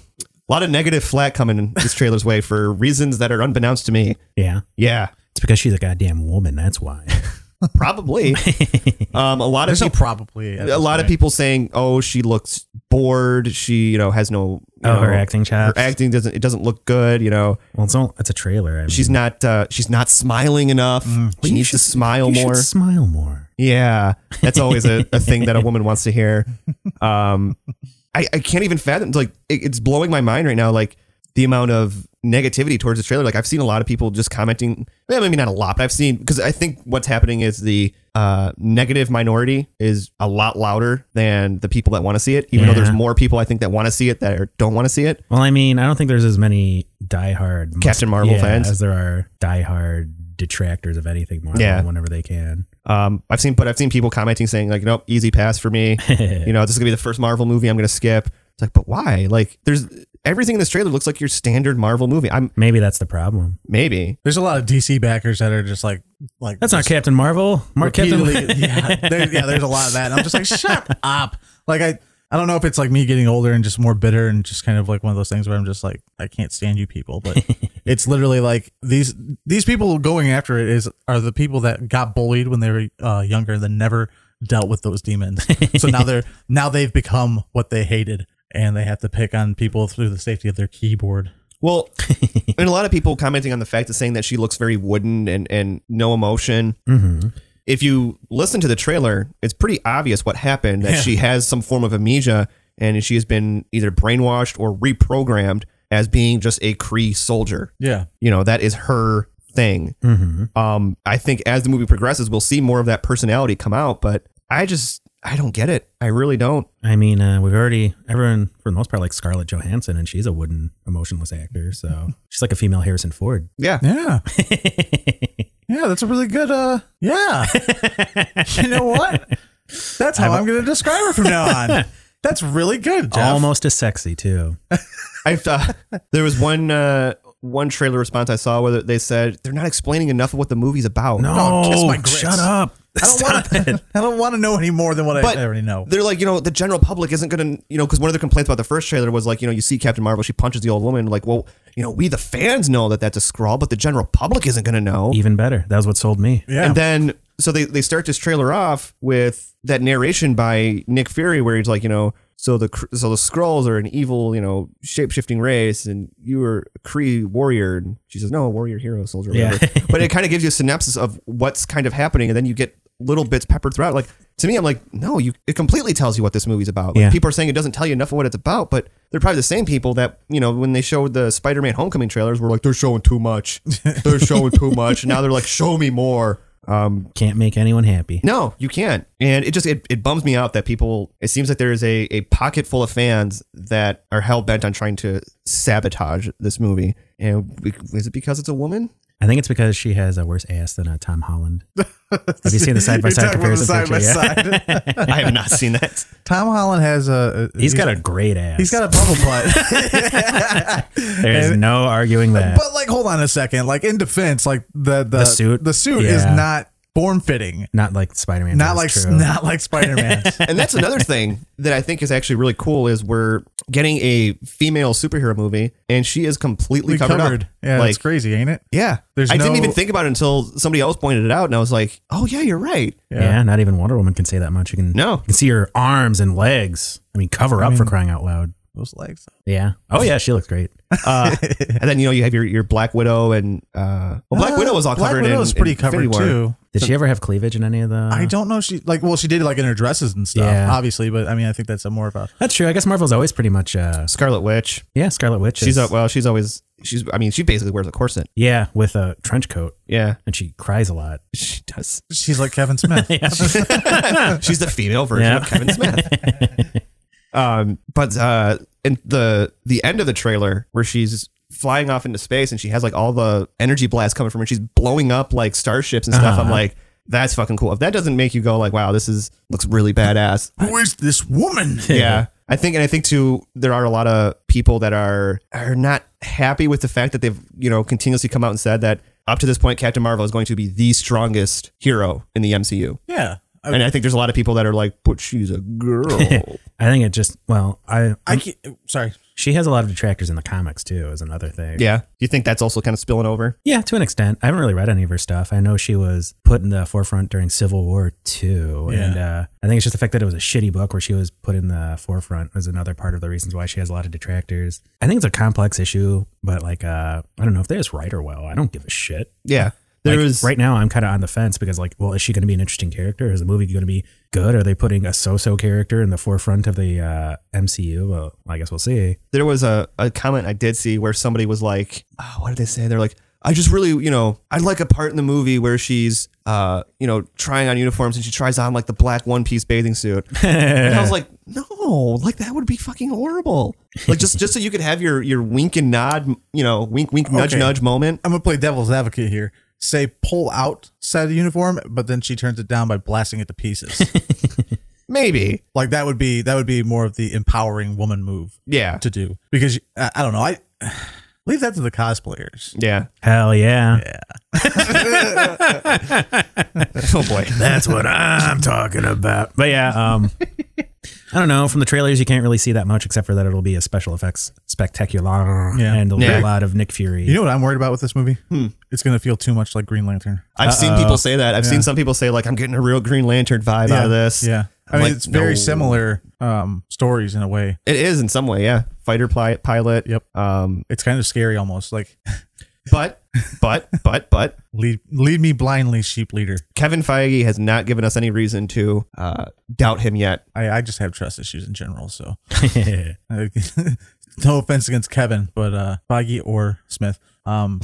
a lot of negative flack coming this trailer's way for reasons that are unbeknownst to me.
Yeah.
Yeah,
It's because she's a goddamn woman. That's why.
probably. um, a lot of
There's no
people,
probably. at
a
this
lot of
point.
people saying, "Oh, she looks bored. She, you know, has no you
oh, her
know,
acting
her
chops.
acting doesn't it doesn't look good. You know,
well, it's, all, it's a trailer. I mean,
she's not uh, she's not smiling enough. she needs to smile
Mm. you should
more.
smile more.
Yeah, that's always a, a thing that a woman wants to hear. Um, I, I can't even fathom. Like, it, it's blowing my mind right now. Like the amount of negativity towards the trailer. Like, I've seen a lot of people just commenting. Well, maybe not a lot, but I've seen because I think what's happening is the uh, negative minority is a lot louder than the people that want to see it. Even though
Yeah.
there's more people I think that want to see it that are, don't want to see it.
Well, I mean, I don't think there's as many diehard mus-
Captain Marvel
yeah,
fans.
as there are diehard detractors of anything Marvel
Yeah.
whenever they can.
Um, I've seen, but I've seen people commenting saying like, "Nope, easy pass for me." you know, this is gonna be the first Marvel movie I'm gonna skip. It's like, but why? Like, there's everything in this trailer looks like your standard Marvel movie. I'm
Maybe that's the problem.
maybe
There's a lot of DC backers that are just like like
That's not Captain Marvel. Mark Captain.
repeatedly- yeah, there, yeah, there's a lot of that. And I'm just like, shut up. Like I, I don't know if it's like me getting older and just more bitter and just kind of like one of those things where I'm just like, I can't stand you people. But it's literally like these these people going after it is are the people that got bullied when they were uh, younger that never dealt with those demons. so now they're now they've become what they hated. And they have to pick on people through the safety of their keyboard.
Well, and a lot of people commenting on the fact that saying that she looks very wooden and and no emotion.
Mhm.
If you listen to the trailer, it's pretty obvious what happened that she has some form of amnesia and she has been either brainwashed or reprogrammed as being just a Kree soldier.
Yeah.
You know, that is her thing.
Mm-hmm.
Um, I think as the movie progresses, we'll see more of that personality come out. But I just I don't get it. I really don't.
I mean, uh, we've already everyone for the most part like Scarlett Johansson, and she's a wooden, emotionless actor. So she's like a female Harrison Ford.
Yeah,
Yeah. Yeah, that's a really good uh yeah. you know what? That's how I'm going to describe her from now on. That's really good, Jeff.
Almost as sexy too.
I've uh, there was one uh, one trailer response I saw where they said they're not explaining enough of what the movie's about.
Oh, kiss my grits.
shut up.
I don't
Stop
want to I don't want to know any more than what
But
I already know.
They're like, you know, the general public isn't going to, you know, because one of the complaints about the first trailer was like, you know, you see Captain Marvel, she punches the old woman. Like, well, you know, we the fans know that that's a scrawl, but the general public isn't going to know.
Even better. That was what sold me.
Yeah.
And then, so they, they start this trailer off with that narration by Nick Fury, where he's like, you know, so the Kr- so the scrolls are an evil, you know, shape shifting race, and you were a Kree warrior. And she says, no, warrior, hero, soldier,
Yeah.
whatever. but it kind of gives you a synopsis of what's kind of happening, and then you get little bits peppered throughout. Like to me, I'm like, no, you. It completely tells you what this movie's about. Like,
Yeah.
People are saying it doesn't tell you enough of what it's about, but they're probably the same people that you know when they showed the Spider-Man Homecoming trailers were like, they're showing too much. They're showing too much. And now they're like, show me more. Um,
Can't make anyone happy.
no, you can't. And it just it, it bums me out that people it seems like there is a, a pocket full of fans that are hell bent on trying to sabotage this movie. And be- is it because it's a woman?
I think it's because she has a worse ass than uh, Tom Holland. Have you seen the side by side
You're talking about the
comparison picture? Yeah.
side-by-side.
I have not seen that.
Tom Holland has a uh,
He's got a great ass.
he's got a bubble butt.
There's no arguing that.
but like hold on a second. Like in defense, like the the,
The suit?
the suit is
Yeah.
not form fitting.
Not like Spider Man.
Not like not like Spider-Man.
And that's another thing that I think is actually really cool is we're getting a female superhero movie and she is completely
we
covered,
covered.
up.
Yeah,
like
that's crazy, ain't it?
yeah.
There's
I didn't
no-
even think about it until somebody else pointed it out and I was like, "Oh yeah, you're right."
Yeah. not even Wonder Woman can say that much. You can
No.
you can see her arms and legs. I mean, cover up for crying out loud.
Those legs.
Yeah. Oh yeah, she looks great.
Uh, and then you know you have your, your Black Widow and uh, well Black
Uh,
Widow was all
Black
covered.
Widow
in-
was pretty
in
covered
Infinity War.
too.
Did she ever have cleavage in any of the?
I don't know. She like well, she did like in her dresses and stuff,
Yeah.
obviously. But I mean, I think that's a more of a
That's true. I guess Marvel's always pretty much. Uh,
Scarlet Witch.
yeah, Scarlet Witch.
She's
is-
a, well, she's always she's. I mean, she basically wears a corset.
yeah, with a trench coat,
Yeah,
and she cries a lot.
she does.
she's like Kevin Smith.
she's the female version
Yeah.
of Kevin Smith. um, but uh, and the the end of the trailer where she's flying off into space and she has like all the energy blasts coming from her. She's blowing up like starships and stuff. I'm like. That's fucking cool. If that doesn't make you go like, "Wow, this is looks really badass,"
Who is this woman?
yeah. I think, and I think too, there are a lot of people that are are not happy with the fact that they've you know continuously come out and said that up to this point, Captain Marvel is going to be the strongest hero in the MCU,
Yeah. I,
and I think there's a lot of people that are like, but she's a girl.
I think it just well, I,
I can't- sorry.
she has a lot of detractors in the comics too, is another thing.
yeah, do you think that's also kind of spilling over?
Yeah, to an extent. I haven't really read any of her stuff. I know she was put in the forefront during Civil War too,
Yeah.
and uh, I think it's just the fact that it was a shitty book where she was put in the forefront is another part of the reasons why she has a lot of detractors. I think it's a complex issue, but like uh, I don't know if they just write her well. I don't give a shit.
Yeah, there
Like,
was
right now I'm kind of on the fence because like, well, is she going to be an interesting character? Is the movie going to be good? Are they putting a so-so character in the forefront of the uh, MCU? Well, I guess we'll see.
there was a, a comment I did see where somebody was like, oh, what did they say? They're like, I just really, you know, I'd like a part in the movie where she's, uh, you know, trying on uniforms and she tries on like the black one piece bathing suit. and I was like, no, like that would be fucking horrible. Like just, just so you could have your, your wink and nod, you know, wink, wink, nudge,
Okay.
nudge moment.
I'm gonna play devil's advocate here. Say pull out said uniform, but then she turns it down by blasting it to pieces.
Maybe.
like that would be that would be more of the empowering woman move
Yeah.
to do because uh, I don't know. I leave that to the cosplayers.
Yeah.
Hell yeah,
Oh boy.
that's what I'm talking about. But yeah, um, I don't know. From the trailers, you can't really see that much except for that it'll be a special effects spectacular,
Yeah.
and there'll
Yeah.
be a lot of Nick Fury.
You know what I'm worried about with this movie? It's gonna feel too much like Green Lantern.
I've seen people say that. I've seen some people say like, I'm getting a real Green Lantern vibe out of this.
Yeah. I
I'm
mean,
like,
it's very
no.
similar um, stories in a way.
It is in some way. Yeah. Fighter pli- pilot.
Yep.
Um,
It's kind of scary almost. Like
But, but, but, but,
Lead, lead me blindly, sheep leader.
Kevin Feige has not given us any reason to uh, doubt him yet.
I, I just have trust issues in general. So, Uh, no offense against Kevin, but uh, Foggy or Smith. Um,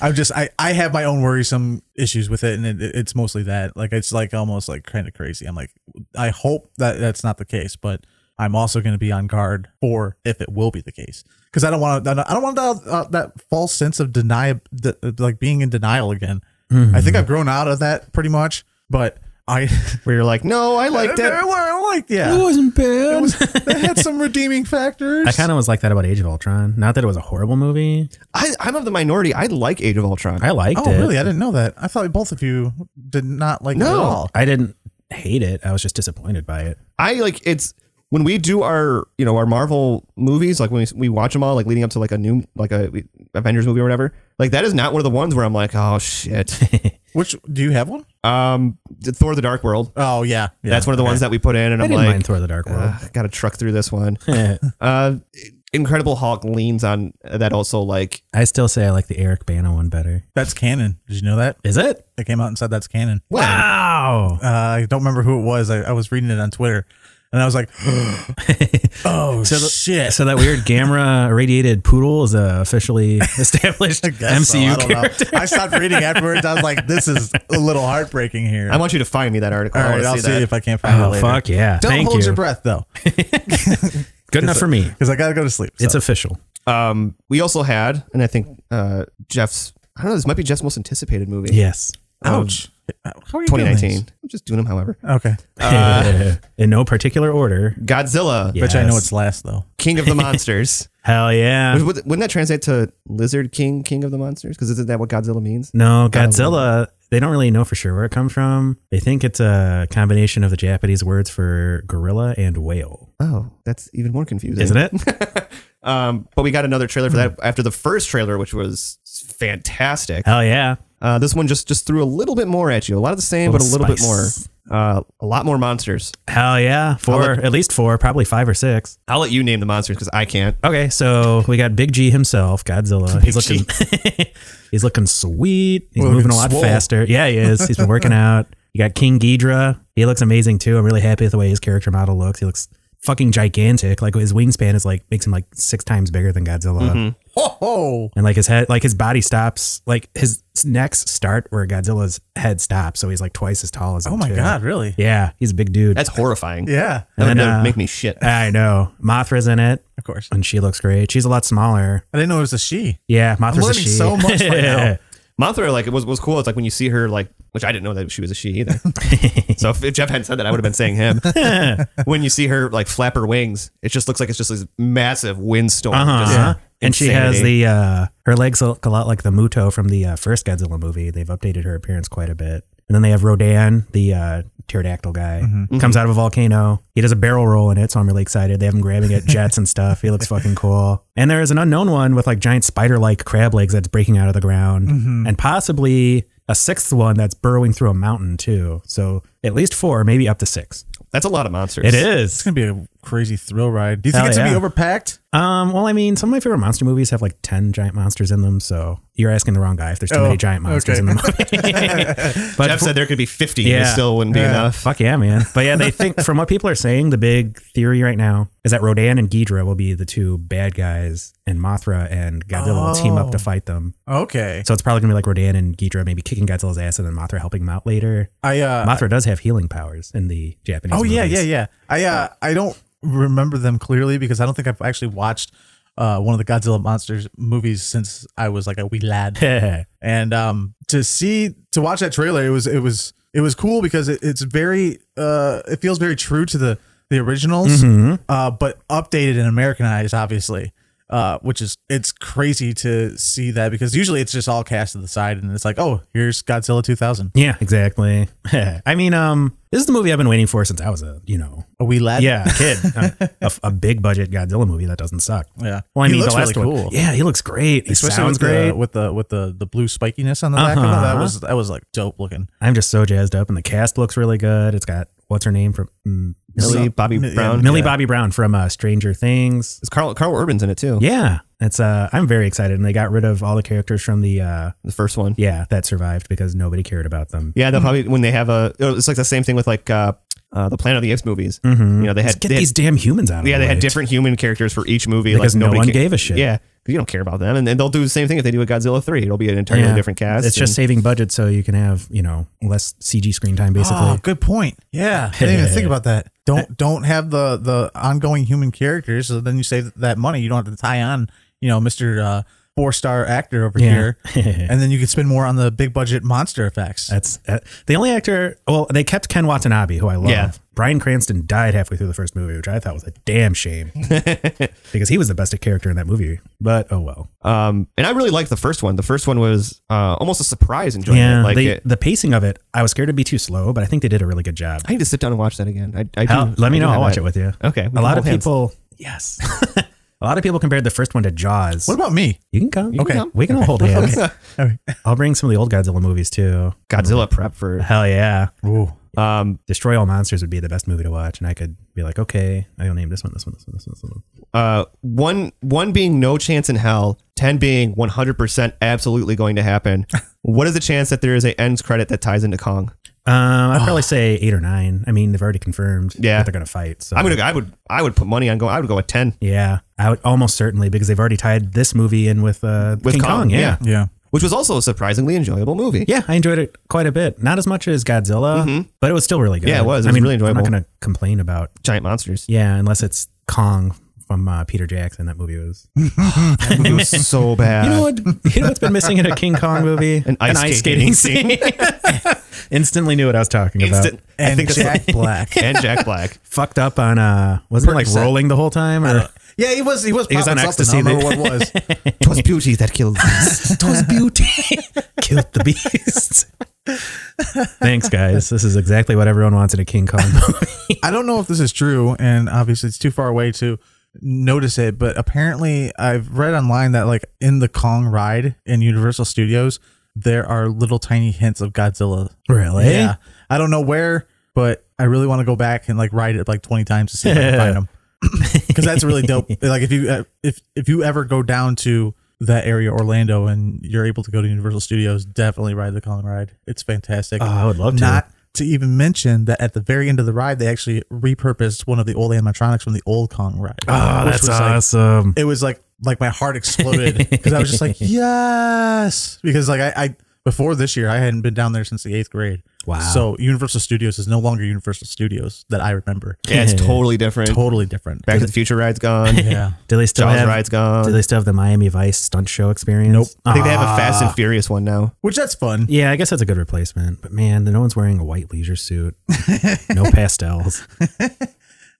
I'm just I, I have my own worrisome issues with it, and it, it's mostly that like it's like almost like kind of crazy. I'm like I hope that that's not the case, but I'm also going to be on guard for if it will be the case because I don't want to I don't want that uh, that false sense of denial like being in denial again. I think I've grown out of that pretty much, but I
Where you're like, no, I liked it.
I like yeah.
wasn't bad.
that had some redeeming factors.
I kind of was like that about Age of Ultron. Not that it was a horrible movie.
I, I'm of the minority. I like Age of Ultron.
I liked
Oh,
it.
really? I didn't know that. I thought both of you did not like it at
No.
all.
I didn't hate it. I was just disappointed by it.
I like it's when we do our you know our Marvel movies like when we, we watch them all like leading up to like a new like a Avengers movie or whatever like that is not one of the ones where I'm like oh shit
Which do you have one?
um Thor the Dark World
Oh yeah, yeah.
that's one of the ones that we put in and
I Uh,
I'm
didn't
like
mind Thor: The Dark World.
got to truck through this one uh Incredible Hulk leans on uh, that also like
I still say I like the Eric Bana one better.
that's canon. Did you know that
Is it?
they came out and said that's canon?
Wow.
Uh, I don't remember who it was. I, I was reading it on Twitter, and I was like, "Oh
So the-
shit!"
So that weird gamma irradiated poodle is a officially established
I guess so.
MCU
I, don't know.
character.
I stopped reading afterwards. I was like, "This is a little heartbreaking here."
I want you to find me that article
all
I
right,
wanna
I'll
see
see
that.
if I can't find it
Oh
later.
fuck yeah!
Don't
Thank
hold
you.
your breath though,
Good enough for me.
because I gotta go to sleep.
It's
so.
official.
um we also had and I think uh Jeff's I don't know this might be Jeff's most anticipated movie Oh,
Yes.
ouch. um, uh, How are you Oh, doing this?
2019 I'm just doing them however
Okay,
In no particular order.
Godzilla
Yeah.
bet you I know
Yes.
it's last though.
King of the Monsters.
Hell yeah.
Would, wouldn't that translate to Lizard King, King of the Monsters? Because isn't that what Godzilla means?
No, Godzilla. They don't really know for sure where it comes from. They think it's a combination of the Japanese words for gorilla and whale,
Oh, that's even more confusing,
isn't it?
Um, but we got another trailer for that after the first trailer, which was fantastic.
Hell yeah!
Uh, this one just just threw a little bit more at you, a lot of the same, but a
Little
little
spice.
bit more. Uh, a lot more monsters.
Hell yeah! Four, at least four, probably five or six.
I'll let you name the monsters because I can't.
Okay, so we got Big G himself, Godzilla. he's
Big
looking, he's looking sweet. He's
Looking
moving a lot
swole.
faster. Yeah, he is. He's been working out. You got King Ghidra. He looks amazing too. I'm really happy with the way his character model looks. He looks fucking gigantic. Like his wingspan is like makes him like six times bigger than Godzilla.
Ho ho!
and like his head like his body stops like his necks start where godzilla's head stops so he's like twice as tall as
Oh
him,
my
too.
god, really?
yeah he's a big dude
That's horrifying.
Yeah,
That would
And then,
uh,
uh,
make me shit.
i know mothra's in it
of course.
and she looks great she's a lot smaller
I didn't know it was a she.
yeah mothra's a
learning
she
so much right now.
Mothra, like it was was cool. It's like when you see her, like which I didn't know that she was a she either. so if, if Jeff hadn't said that, I would have been saying him. when you see her like flap her wings, it just looks like it's just this massive windstorm.
uh-huh.
Just
and she has
insanity.
the uh her legs look a lot like the muto from the uh, first godzilla movie they've updated her appearance quite a bit and then they have rodan the uh pterodactyl guy
Mm-hmm.
comes out of a volcano he does a barrel roll in it so i'm really excited they have him grabbing at jets and stuff he looks fucking cool and there is an unknown one with like giant spider-like crab legs that's breaking out of the ground
Mm-hmm.
and possibly a sixth one that's burrowing through a mountain too so at least four maybe up to six
That's a lot of monsters.
it
It's
is
gonna be a crazy thrill ride. Do you think
Hell
it's gonna
yeah.
be overpacked?
Um, well, I mean, some of my favorite monster movies have like 10 giant monsters in them. So you're asking the wrong guy if there's too
Oh,
many giant
okay.
monsters in the movie. but
Jeff said there could be fifty. and it
Yeah.
still wouldn't be enough.
fuck yeah, man. But yeah, they think from what people are saying, the big theory right now is that Rodan and Ghidra will be the two bad guys and Mothra and Godzilla will team
Oh.
up to fight them.
Okay.
So it's probably gonna be like Rodan and Ghidra maybe kicking Godzilla's ass and then Mothra helping him out later.
I uh
Mothra does have healing powers in the Japanese.
Oh yeah, yeah,
movies.
yeah. I uh I don't remember them clearly because I don't think I've actually watched uh one of the Godzilla monsters movies since I was like a wee lad. and um to see to watch that trailer it was it was it was cool because it, it's very uh it feels very true to the the originals
Mm-hmm.
uh but updated and americanized obviously uh which is it's crazy to see that because usually it's just all cast to the side and it's like oh here's godzilla 2000
Yeah, exactly. I mean, um, this is the movie I've been waiting for since I was a, you know,
a wee lad
Yeah, a kid. a, a, a big budget Godzilla movie that doesn't suck.
yeah
Well, I
He
mean,
looks
the last
really
one. Yeah, he looks great. He sounds
with the-
great.
with the with the the blue spikiness on the back of it, that
Uh-huh.
was that was like dope looking
I'm just so jazzed up, and the cast looks really good. It's got what's her name from mm,
Millie
So-
Bobby
Yeah,
Brown.
Millie Bobby Brown from uh, Stranger Things.
It's Carl Carl Urban's in it too.
Yeah, It's uh, I'm very excited, and they got rid of all the characters from the uh,
The first one.
yeah Mm-hmm. that survived because nobody cared about them.
Yeah, they'll probably when they have a. It's like the same thing with like uh, uh, the Planet of the Apes movies. You know, they had
Just Mm-hmm. get
they had-
these damn humans out of
yeah,
the
they had
way.
different human characters for each movie
Because
like
no
nobody
one
ca-
gave a shit.
Yeah, 'cause you don't care about them, and then they'll do the same thing if they do a Godzilla three. It'll be an entirely
Yeah.
different cast.
It's just
and-
saving budget so you can have you know less CG screen time basically.
Oh, good point. Yeah, I didn't even think about that. Don't don't have the the ongoing human characters. So then you save that money. You don't have to tie on you know Mister uh, four star actor over
Yeah.
here, and then you can spend more on the big budget monster effects.
That's uh, the only actor. Well, they kept Ken Watanabe, who I love.
Yeah.
Brian Cranston died halfway through the first movie, which I thought was a damn shame because he was the best character in that movie. But oh well.
um, and I really liked the first one. The first one was uh, almost a surprise enjoyment. like
the,
it,
the pacing of it, I was scared to be too slow, but I think they did a really good job.
I need to sit down and watch that again. I, I do,
Hell, let
I do
me know.
have
I'll watch
that.
it with you.
Okay, we
A lot
can hold
of
hands.
people. Yes. a lot of people compared the first one to Jaws.
what about me?
you can come.
can come.
We can all hold hands. I'll bring some of the old Godzilla movies too.
Godzilla prep for
Hell yeah.
um,
Destroy All Monsters would be the best movie to watch, and I could be like, okay, I'll name this one, this one, this one, this one, this one.
uh, one one being no chance in hell, ten being one hundred percent absolutely going to happen. what is the chance that there is a ends credit that ties into Kong?
Um, I'd probably say eight or nine. I mean, they've already confirmed
Yeah.
that they're going to fight. So
I'm gonna I would I would put money on go I would go with ten
yeah, I would almost certainly because they've already tied this movie in with uh
with
King Kong. yeah.
Yeah,
which was also a surprisingly enjoyable movie.
Yeah, I enjoyed it quite a bit. Not as much as Godzilla, but it was still really good.
Mm-hmm. Yeah, it was. It
I
was
mean,
really
I'm
enjoyable.
not going to complain about.
Giant monsters.
Yeah, unless it's Kong from uh, Peter Jackson. That movie was.
That movie was so bad.
You know what? You know what's been missing in a King Kong movie?
An ice skating
scene. Instantly knew what I was talking
Instant-
about.
I
and
think that's
Jack Black.
and Jack Black.
Fucked up on uh, wasn't it like
Percocet.
rolling the whole time? Or
Yeah, he was he was
He was
popping
on
something.
ecstasy.
I don't remember what it was.
Twas beauty that killed. these.
Twas beauty killed the beast. Thanks, guys. This is exactly what everyone wants in a King Kong movie.
I don't know if this is true, and obviously it's too far away to notice it, but apparently I've read online that like in the Kong ride in Universal Studios, there are little tiny hints of Godzilla.
Really?
Yeah. I don't know where, but I really want to go back and like ride it like 20 times to see if I can find them. Cuz that's really dope. Like if you uh, if if you ever go down to that area Orlando and you're able to go to Universal Studios, definitely ride the Kong ride. It's fantastic.
Oh, I would love to.
Not to even mention that at the very end of the ride, they actually repurposed one of the old animatronics from the old Kong ride.
Oh,
which
that's
was like-
awesome.
it was like like my heart exploded because I was just like yes because like I, I before this year I hadn't been down there since the eighth grade.
Wow.
So Universal Studios is no longer Universal Studios that I remember.
Yeah, it's totally different.
Totally different.
Back to the Future ride's gone.
yeah.
do they still
Jaws
have?
ride's gone.
Do they still have the Miami Vice stunt show experience?
Nope.
I think they have a
Ah.
Fast and Furious one now.
Which that's fun.
Yeah, I guess that's a good replacement. But man, no one's wearing a white leisure suit. no pastels.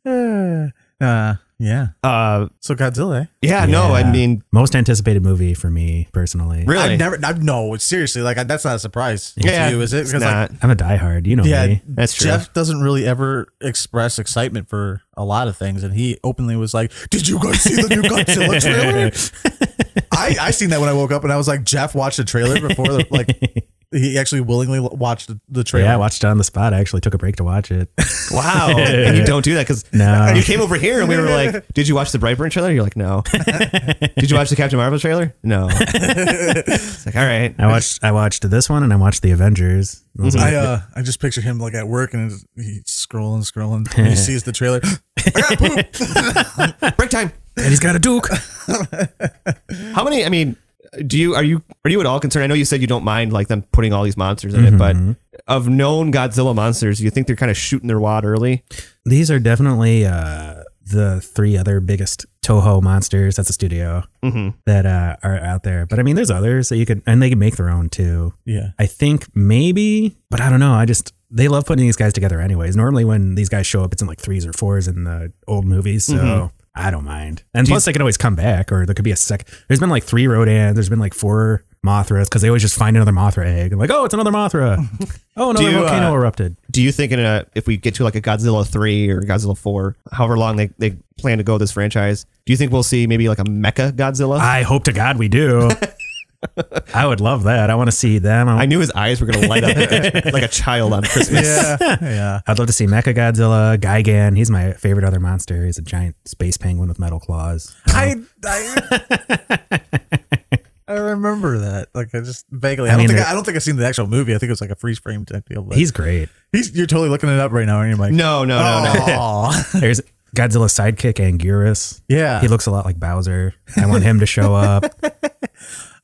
Uh, uh, yeah.
Uh,
So Godzilla. eh?
yeah, no, I
Yeah.
mean,
most anticipated movie for me personally.
really,
I've never. I've, no, seriously. Like I, that's not a surprise
Yeah,
to you, is it?
it's
'Cause, like,
not.
I'm a diehard. You know
Yeah,
me.
That's true.
Jeff doesn't really ever express excitement for a lot of things, and he openly was like, "Did you guys see the new Godzilla trailer?" I I seen that when I woke up, and I was like, "Jeff watched the trailer before the like." He actually willingly l- watched the, the trailer.
Yeah, I watched it on the spot. I actually took a break to watch it.
wow, and you don't do that because
No.
you came over here and we were like, "Did you watch the Brightburn trailer?" You're like, "No." Did you watch the Captain Marvel trailer? No. it's like, all right,
I watched I watched this one and I watched the Avengers. I was
Mm-hmm.
like,
I uh, I just picture him like at work, and he's- he's scrolling, scrolling. and he sees the trailer. I got poop.
break time.
and he's got a Duke.
How many? I mean, do you are you are you at all concerned? I know you said you don't mind like them putting all these monsters in it, but of known Godzilla monsters, you think they're kind of shooting their wad early?
These are definitely uh, the three other biggest Toho monsters. That's a studio
Mm-hmm.
that uh, are out there. But I mean, there's others that you could, and they can make their own too.
yeah,
I think maybe, but I don't know. I just they love putting these guys together, anyways. Normally, when these guys show up, it's in like threes or fours in the old movies. So.
Mm-hmm.
I don't mind. And plus, they can always come back, or there could be a sec. There's been like three Rodan. There's been like four Mothras because they always just find another Mothra egg and like, oh, it's another Mothra. oh, another
you, uh,
volcano erupted.
Do you think in a if we get to like a Godzilla three or Godzilla four, however long they, they plan to go this franchise, do you think we'll see maybe like a Mecha Godzilla?
I hope to God we do. I would love that. I want to see them. I
I knew his eyes were going to light up like a, like a child on Christmas.
Yeah. yeah.
would love to see Mecha Godzilla, Gigan. He's my favorite other monster. He's a giant space penguin with metal claws.
I, I, I remember that. Like I just vaguely. I,
I
don't
mean,
think
there-
I, don't think I've seen the actual movie. I think it was like a freeze frame type deal. But
He's great.
he's you're totally looking it up right now, aren't you, Mike?
No, no, no, no.
Aw.
There's Godzilla's sidekick Anguirus.
yeah.
He looks a lot like Bowser. I want him to show up.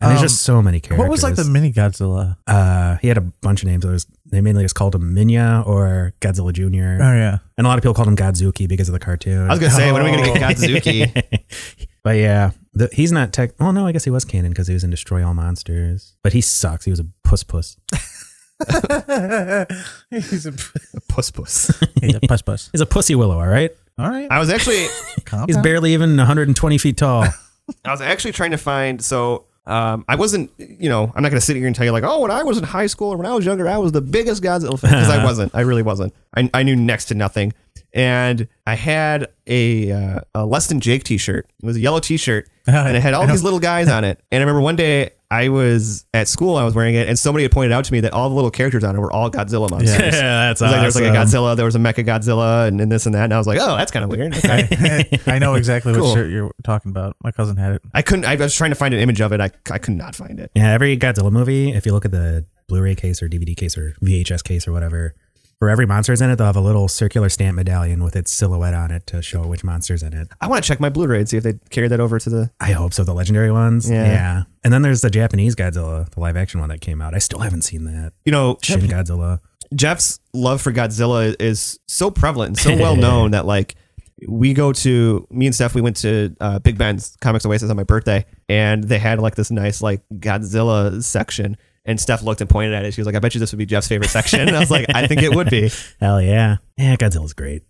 And there's just so many characters.
Um, what was like the mini Godzilla?
Uh, he had a bunch of names. It was, they mainly just called him Minya or Godzilla Junior.
Oh yeah.
And a lot of people called him Godzuki because of the cartoon.
I was going to say, when are we going to get Godzuki?
But yeah, the, he's not tech. Oh no, I guess he was canon because he was in Destroy All Monsters. But he sucks. He was a puss puss.
he's a
puss puss.
he's a puss puss.
He's a pussy willow. All right.
All right.
I was actually,
Calm
He's
down.
barely even 120 feet tall.
I was actually trying to find. So um, I wasn't, you know, I'm not going to sit here and tell you like, oh, when I was in high school or when I was younger, I was the biggest Godzilla fan because I wasn't. I really wasn't. I, I knew next to nothing, and I had a, uh, a less than Jake T-shirt. It was a yellow T-shirt, and it had all these little guys on it. And I remember one day. I was at school. I was wearing it, and somebody had pointed out to me that all the little characters on it were all Godzilla monsters.
yeah, that's
It was like, there was like a
awesome.
Godzilla, there was a Mecha Godzilla, and, and this and that. And I was like, oh, that's kind of weird. Okay.
I know exactly
Cool.
what shirt you're talking about. My cousin had it.
I couldn't. I was trying to find an image of it. I, I could not find it.
Yeah, every Godzilla movie, if you look at the Blu-ray case or DVD case or VHS case or whatever, for every monster's in it, they'll have a little circular stamp medallion with its silhouette on it to show which monster's in it.
I want to check my Blu-ray and see if they carry that over to the.
I hope so. The legendary ones,
Yeah.
And then there's the Japanese Godzilla, the live-action one that came out. I still haven't seen that.
You know,
Shin Godzilla.
Jeff's love for Godzilla is so prevalent, and so well known that like we go to me and Steph. We went to uh, Big Ben's Comics Oasis on my birthday, and they had like this nice like Godzilla section. And Steph looked and pointed at it. She was like, "I bet you this would be Jeff's favorite section." And I was like, "I think it would be."
Hell yeah, yeah. Godzilla's great.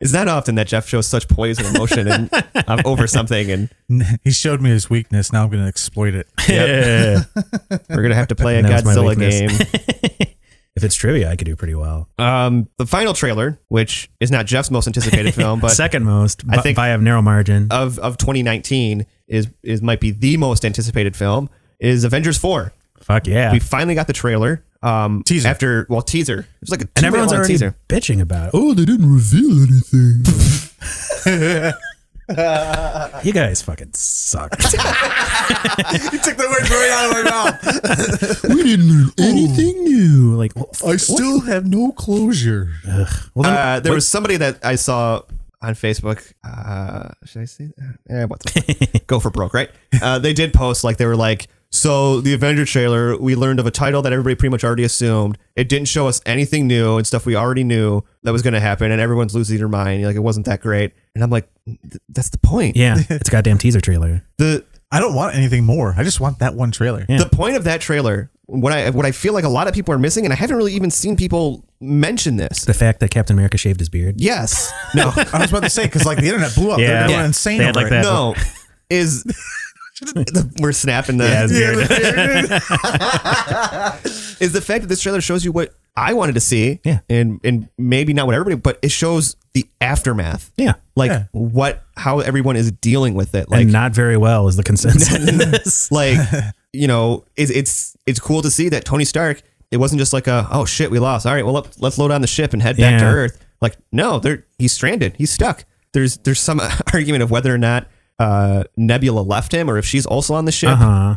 It's not often that Jeff shows such poise and emotion and um, over something, and
He showed me his weakness. Now I'm going to exploit it.
we're gonna have to play a
That was my
Godzilla
weakness.
game.
If it's trivia, I could do pretty well.
Um, the final trailer, which is not Jeff's most anticipated film, but
Second most, I
think-
think Uh, by a narrow margin.
of of 2019 is is might be the most anticipated film is Avengers 4.
Fuck yeah.
We finally got the trailer. Um,
Teaser.
after well teaser. It was like a
and everyone's already
teaser.
bitching about it. Oh, they didn't reveal anything. you guys fucking suck.
You took the words right out of my mouth.
we didn't reveal anything new. Like, well,
I still have no closure.
Uh, there was somebody that I saw on Facebook. Uh, should I say that? Eh, what the fuck? Go for broke, right? Uh, they did post like they were like, so the Avenger trailer, we learned of a title that everybody pretty much already assumed. It didn't show us anything new and stuff we already knew that was going to happen, and everyone's losing their mind. Like it wasn't that great, and I'm like, "Th- that's the point.
yeah, it's a goddamn teaser trailer.
The
I don't want anything more. I just want that one trailer.
the point of that trailer, what I what I feel like a lot of people are missing, and I haven't really even seen people mention this.
The fact that Captain America shaved his beard.
Yes. No.
I was about to say because like the internet blew up.
Yeah.
They're going
Yeah.
insane
They had
over
like
it.
that.
no. Is we're snapping the
Yeah, it's
Yeah,
weird.
is the fact that this trailer shows you what I wanted to see.
Yeah.
And and maybe not what everybody, but it shows the aftermath.
Yeah.
Like what how everyone is dealing with it. Like
and not very well is the consensus in this.
like you know, it's it's it's cool to see that Tony Stark, it wasn't just like a oh shit, we lost. All right, well let, let's load on the ship and head back to
Yeah.
Earth. Like, no, they're he's stranded. He's stuck. There's there's some argument of whether or not uh Nebula left him or if she's also on the ship.
Uh,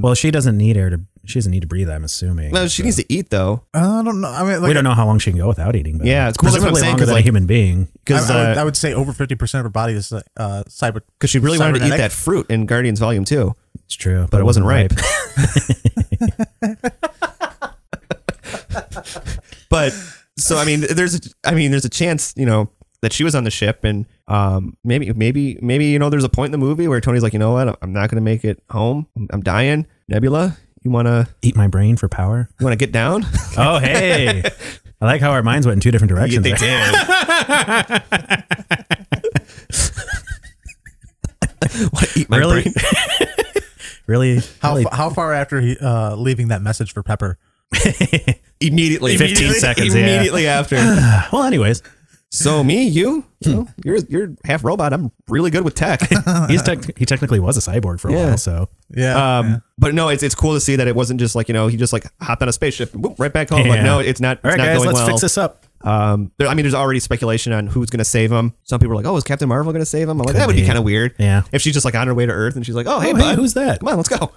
well, she doesn't need air to. She doesn't need to breathe. I'm assuming.
No, she needs to eat though.
I don't know. I mean,
we
like,
don't know how long she can go without eating. Though.
Yeah, it's cool. That's what I'm
Presumably
saying,
longer
'cause,
than
like-
a human being.
Because
I, I would,
uh,
I would say over fifty percent of her body is uh, cyber.
because she really wanted to eat that
cybernetic.
fruit in Guardians Volume Two,
It's true, but,
but it wasn't ripe. but so I mean, there's I mean, there's a chance you know that she was on the ship, and um, maybe maybe maybe you know, there's a point in the movie where Tony's like, you know what, I'm not gonna make it home. I'm- I'm dying. Nebula, you wanna
Eat my brain for power.
you wanna get down?
Oh hey, I like how our minds went in two different directions.
they did. Wanna eat my
Really?
brain?
Really?
How
really
fa- how far after he uh, leaving that message for Pepper?
Immediately,
15 seconds, yeah.
Immediately after.
Well, anyways,
So me, you,
Hmm.
you know, you're you're half robot. I'm really good with tech.
He's tech- he technically was a cyborg for a
Yeah.
while, so
Yeah.
Um, but no, it's it's cool to see that it wasn't just like you know he just like hopped on a spaceship and whoop, right back home. Like
Yeah.
no, it's not.
all
it's
right,
not
guys,
going
let's
well.
fix this up.
Um, there, I mean, there's already speculation on who's going to save him. Some people are like, "Oh, is Captain Marvel going to save him?" I'm like,
Could
that would be
be.
kind of weird.
Yeah.
If she's just like on her way to Earth and she's like, "Oh, hey,
Oh, hey,
bud,
who's that?
Come on, let's go."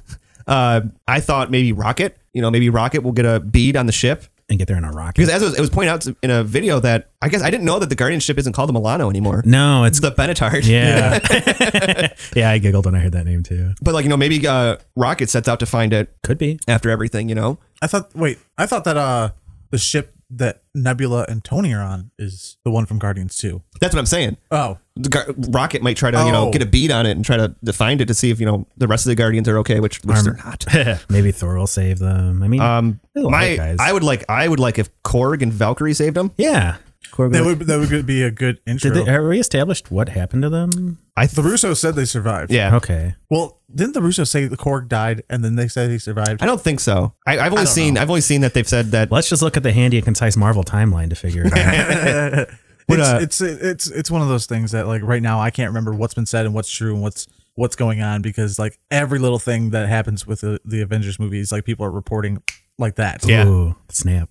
uh, I thought maybe Rocket. You know, maybe Rocket will get a bead on the ship
And get there in a rocket.
because as it was, it was pointed out in a video that I guess I didn't know that the Guardian ship isn't called the Milano anymore.
No, it's
It's the Benetard.
yeah, yeah. I giggled when I heard that name too.
But like you know, maybe uh, Rocket sets out to find it
Could be.
after everything. You know.
I thought. Wait, I thought that uh the ship that Nebula and Tony are on is the one from Guardians Two.
That's what I'm saying.
Oh,
The Gar- Rocket might try to, you know,
Oh.
get a bead on it and try to to find it to see if, you know, the rest of the Guardians are okay, which, which they're not.
Maybe Thor will save them. I mean,
Um,
They're a lot of
my,
guys.
I would like, I would like if Korg and Valkyrie saved him.
yeah.
that would that would be a good intro.
Did they have we established what happened to them?
the Russo said they survived.
Yeah,
Okay.
Well, didn't the Russo say the Korg died, and then they said he survived?
I don't think so. I, I've only seen, I've only seen that they've said that.
Let's just look at the handy and concise Marvel timeline to figure it out.
it's,
uh,
it's it's it's one of those things that like right now I can't remember what's been said and what's true and what's what's going on because like every little thing that happens with the, the Avengers movies, like people are reporting like that.
Yeah.
Ooh, snap.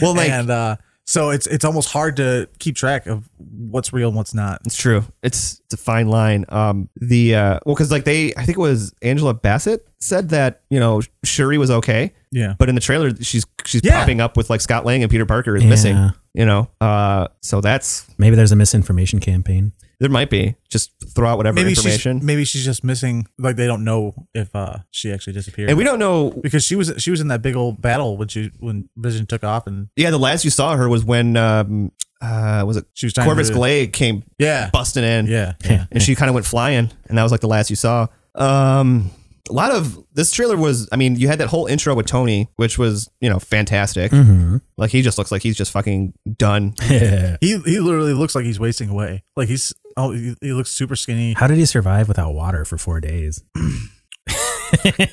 Well, like
and uh, so it's it's almost hard to keep track of what's real and what's not.
it's true. It's it's a fine line. Um, the uh, well, because like they, I think it was Angela Bassett said that you know Shuri was okay.
Yeah.
But in the trailer, she's she's
Yeah.
popping up with like Scott Lang and Peter Parker is
Yeah.
missing. You know, uh, so that's
Maybe there's a misinformation campaign.
There might be. Just throw out whatever
Maybe she's
information.
maybe she's just missing like they don't know if uh, she actually disappeared.
and we don't know.
because she was she was in that big old battle when she when Vision took off and
Yeah, the last you saw her was when um, uh, was it
she was trying
Corvus
to
Glade came
Yeah.
busting in,
Yeah.
Yeah.
and she kind of went flying, and that was like the last you saw. Um, a lot of this trailer was, I mean, you had that whole intro with Tony, which was you know fantastic.
Mm-hmm.
Like he just looks like he's just fucking done.
He he literally looks like he's wasting away. Like he's oh he, he looks super skinny.
How did he survive without water for four days?
I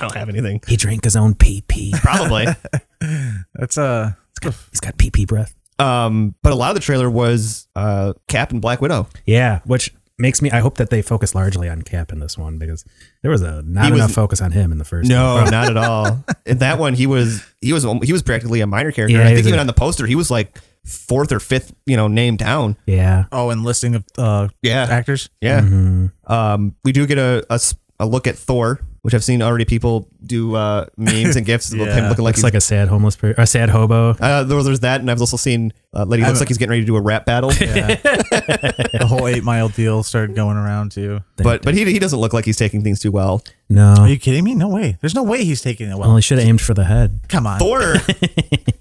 don't have anything.
He drank his own pee pee.
Probably.
That's uh
He's got pee pee breath.
um, but a lot of the trailer was uh, Cap and Black Widow.
Yeah, which makes me. I hope that they focus largely on Cap in this one because there was a not
He was-
enough focus on him in the first. one.
No, not at all. In that one, he was he was he was practically a minor character.
Yeah,
I
he
think
was
even
a-
on the poster, he was like fourth or fifth, you know, name down.
Yeah.
oh and listing of uh
Yeah,
actors.
yeah.
Mm-hmm.
Um, we do get a, a s- a look at Thor, which I've seen already people do uh, memes and gifs of him
Yeah.
looking like
It's
he's
like a sad homeless, per- a sad hobo.
uh, there- there's that, and I've also seen uh, Lady looks
haven't-
like he's getting ready to do a rap battle,
The whole eight mile deal started going around too.
but but he, he doesn't look like he's taking things too well.
Are
No,
you kidding me? No way. There's no way he's taking it well.
only should have aimed for the head.
Come on.
Thor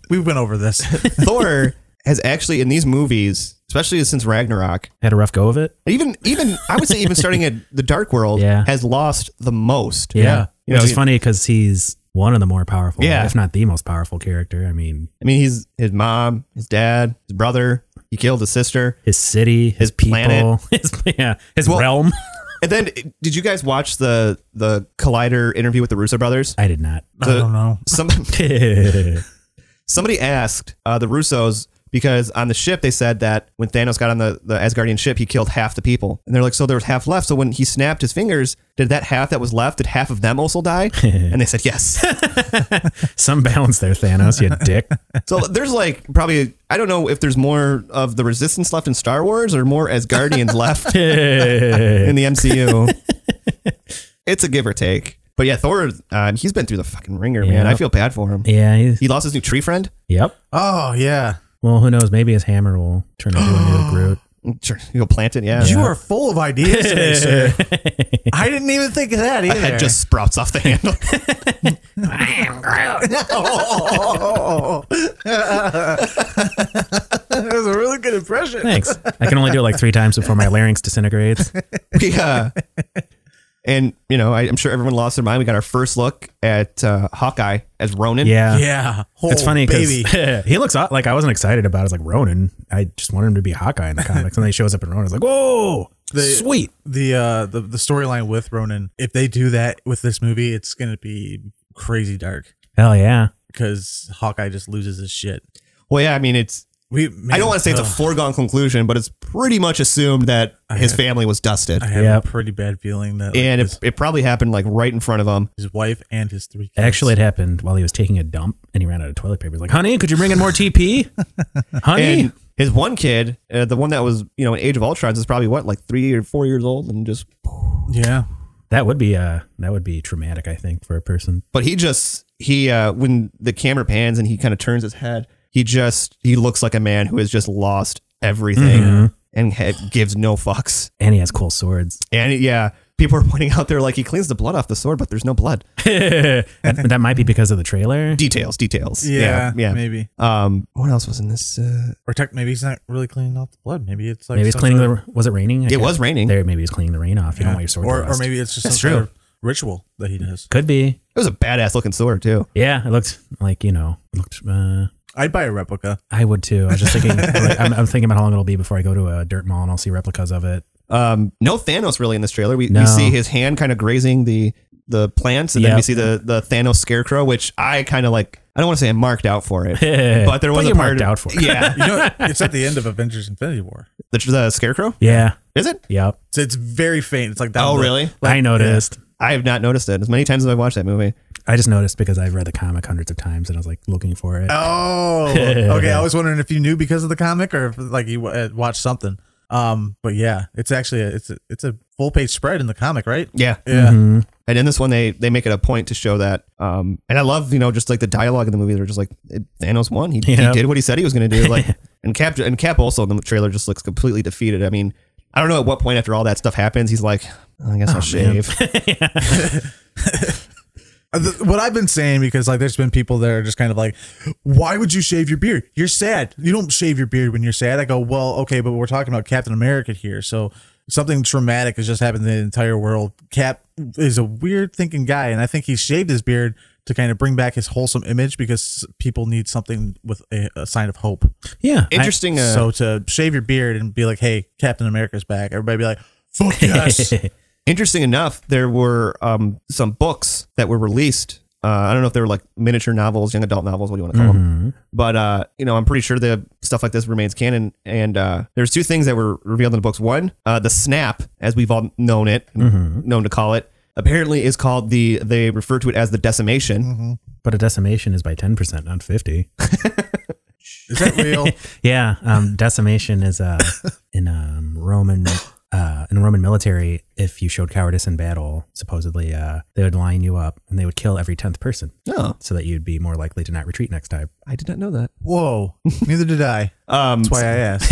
We went over this.
Thor has actually in these movies, especially since Ragnarok,
Had a rough go of it.
even even I would say even starting at the Dark World
Yeah.
has lost the most.
Yeah,
You
which
know,
is
you-
funny because he's one of the more powerful,
Yeah.
if not the most powerful character. I mean,
I mean, he's his mom, his dad, his brother. He killed his sister.
his city, his, people,
planet.
his yeah, his
Well-
realm.
And then, did you guys watch the the Collider interview with the Russo brothers?
I did not.
I don't know.
Some
yeah,
somebody asked uh, the Russos because on the ship they said that when Thanos got on the the Asgardian ship, he killed half the people, and they're like, so there was half left. So when he snapped his fingers, did that half that was left, did half of them also die? and they said yes.
some balance there, Thanos. You dick.
So there's like probably I don't know if there's more of the resistance left in Star Wars or more as Guardians left in the MCU. it's a give or take. But yeah, Thor, uh, he's been through the fucking ringer, man.
Yeah.
I feel bad for him.
Yeah. He's,
He lost his new tree friend.
yep.
Oh yeah.
Well, who knows? Maybe his hammer will turn into a new Groot.
Mm, Sure, He'll plant it, yeah.
You are full of ideas today, sir. I didn't even think of that either.
Head just sprouts off the handle.
that was a really good impression.
Thanks. I can only do it like three times before my larynx disintegrates.
yeah. And you know, I, I'm sure everyone lost their mind. We got our first look at uh, Hawkeye as Ronan.
Yeah.
Yeah. Oh,
It's funny
baby.
because he looks aw- like I wasn't excited about. it. I was like Ronan. I just wanted him to be Hawkeye in the comics, and then he shows up in Ronan. I was like, whoa,
They-
sweet.
the uh the, the storyline with Ronan, if they do that with this movie, it's gonna be crazy dark
Hell yeah.
because Hawkeye just loses his shit.
Well, yeah, I mean, it's.
We
I don't want to say it's a
Ugh.
foregone conclusion, but it's pretty much assumed that his
have-
family was dusted,
I have
Yep.
a pretty bad feeling that like,
and
his,
it, it probably happened like right in front of him.
his wife and his three kids.
Actually, it happened while he was taking a dump and he ran out of toilet paper. He's like, honey, could you bring in more TP? honey?
And his one kid, uh, the one that was you know in Age of Ultron's, is probably what like three or four years old, and just
yeah,
that would be uh that would be traumatic, I think, for a person.
but he just he uh when the camera pans and he kind of turns his head he just he looks like a man who has just lost everything
Mm-hmm.
and ha- gives no fucks
And he has cool swords.
and yeah people are pointing out there like he cleans the blood off the sword but there's no blood
that, that might be because of the trailer.
details details
yeah,
yeah,
maybe. Uh,
um what else was in this uh,
Or tech, maybe he's not really cleaning off the blood. Maybe it's like
Maybe it's
some
cleaning
sort
the was it raining? I
it
can't-
was raining
there maybe it's cleaning the rain off. You don't want your
of-
sword.
or,
Or,
or maybe it's just
That's
some
true.
Sort of ritual that he does.
could be.
it was a badass looking sword too
Yeah, it looked like, you know, it looked uh
I'd buy a replica.
I would too. I was just thinking like, I'm, I'm thinking about how long it'll be before I go to a dirt mall and I'll see replicas of it.
um no thanos really in this trailer we,
No.
we see his hand kind of grazing the the plants and then we
Yep.
see the the thanos scarecrow which i kind of like i don't want to say i marked out for it but there was
you
a part
marked out for it.
yeah
You know, it's at the end of Avengers: Infinity War.
The, the scarecrow?
Yeah.
Is it?
Yep.
So it's very faint. It's like
Oh,
down. the-
I noticed.
I have not noticed it as many times as I've watched that movie.
I just noticed because I've read the comic hundreds of times and I was like looking for it.
Oh, okay. I was wondering if you knew because of the comic or if like you uh, watched something. Um, but yeah, it's actually a, it's a, it's a full page spread in the comic, right?
Yeah.
Mm-hmm.
Yeah.
And in this one, they they make it a point to show that. Um, and I love you know just like the dialogue in the movie. They're just like it- Thanos won. He,
Yeah.
he did what he said he was going to do. Like and Cap and Cap also in the trailer just looks completely defeated. I mean, I don't know at what point after all that stuff happens, he's like, I guess I'll shave.
Uh, th- What I've been saying because like there's been people that are just kind of like, why would you shave your beard? You're sad. You don't shave your beard when you're sad. I go, well, okay, but we're talking about Captain America here, so something traumatic has just happened to the entire world. Cap is a weird thinking guy, and I think he shaved his beard to kind of bring back his wholesome image because people need something with a, a sign of hope.
yeah. I-
Interesting. uh,
So to shave your beard and be like, "Hey, Captain America's back," everybody be like, "Fuck yes!"
interesting enough, there were um, some books that were released. Uh, I don't know if they were like miniature novels, young adult novels, what do you want to call
Mm-hmm.
them? But uh, you know, I'm pretty sure the stuff like this remains canon. And uh, there's two things that were revealed in the books. One, uh, the snap, as we've all known it,
Mm-hmm.
known to call it, apparently is called the. They refer to it as the decimation.
but a decimation is by 10%, not 50.
Is that real?
Yeah, um, decimation is uh, in um, Roman uh, in Roman military. If you showed cowardice in battle, supposedly uh, they would line you up and they would kill every tenth person,
No,
so that you'd be more likely to not retreat next time.
I did not know that.
Whoa! Neither did I.
Um,
That's why I asked.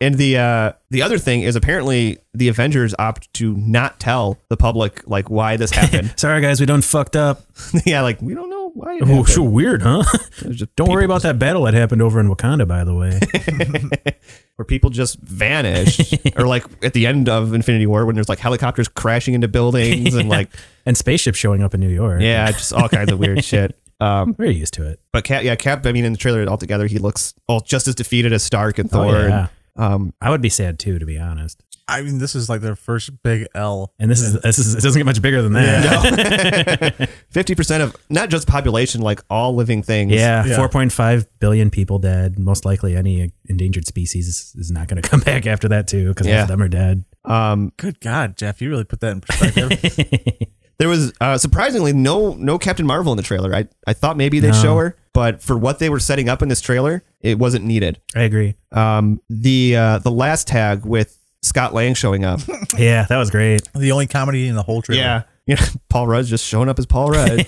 And the uh, the other thing is apparently the Avengers opt to not tell the public like why this happened.
Sorry, guys, we done fucked up.
yeah, like we don't know why. It
Oh,
happened.
sure, weird, huh?
There's just
Don't worry about that battle that happened over in Wakanda, by the way.
where people just vanish or like at the end of infinity war when there's like helicopters crashing into buildings and like
and spaceship showing up in New York.
yeah just all kinds of weird shit um
we're used to it.
but cap yeah cap i mean in the trailer altogether he looks all just as defeated as stark and thor
Oh, yeah.
and, um
I would be sad too, to be honest.
I mean, this is like their first big L.
And this is this is it doesn't get much bigger than that.
50% of not just population like all living things
Yeah,
Yeah.
4.5 billion people dead. Most likely, any endangered species is- is not going to come back after that too, because
Yeah.
most of them are dead.
um
Good God, Jeff, you really put that in perspective.
there was uh surprisingly no no captain marvel in the trailer i i thought maybe they'd show her but for what they were setting up in this trailer it wasn't needed
I agree.
um the uh the last tag with scott lang showing up
Yeah, that was great.
the only comedy in the whole trailer.
Yeah. You know, Paul Rudd's just showing up as Paul Rudd.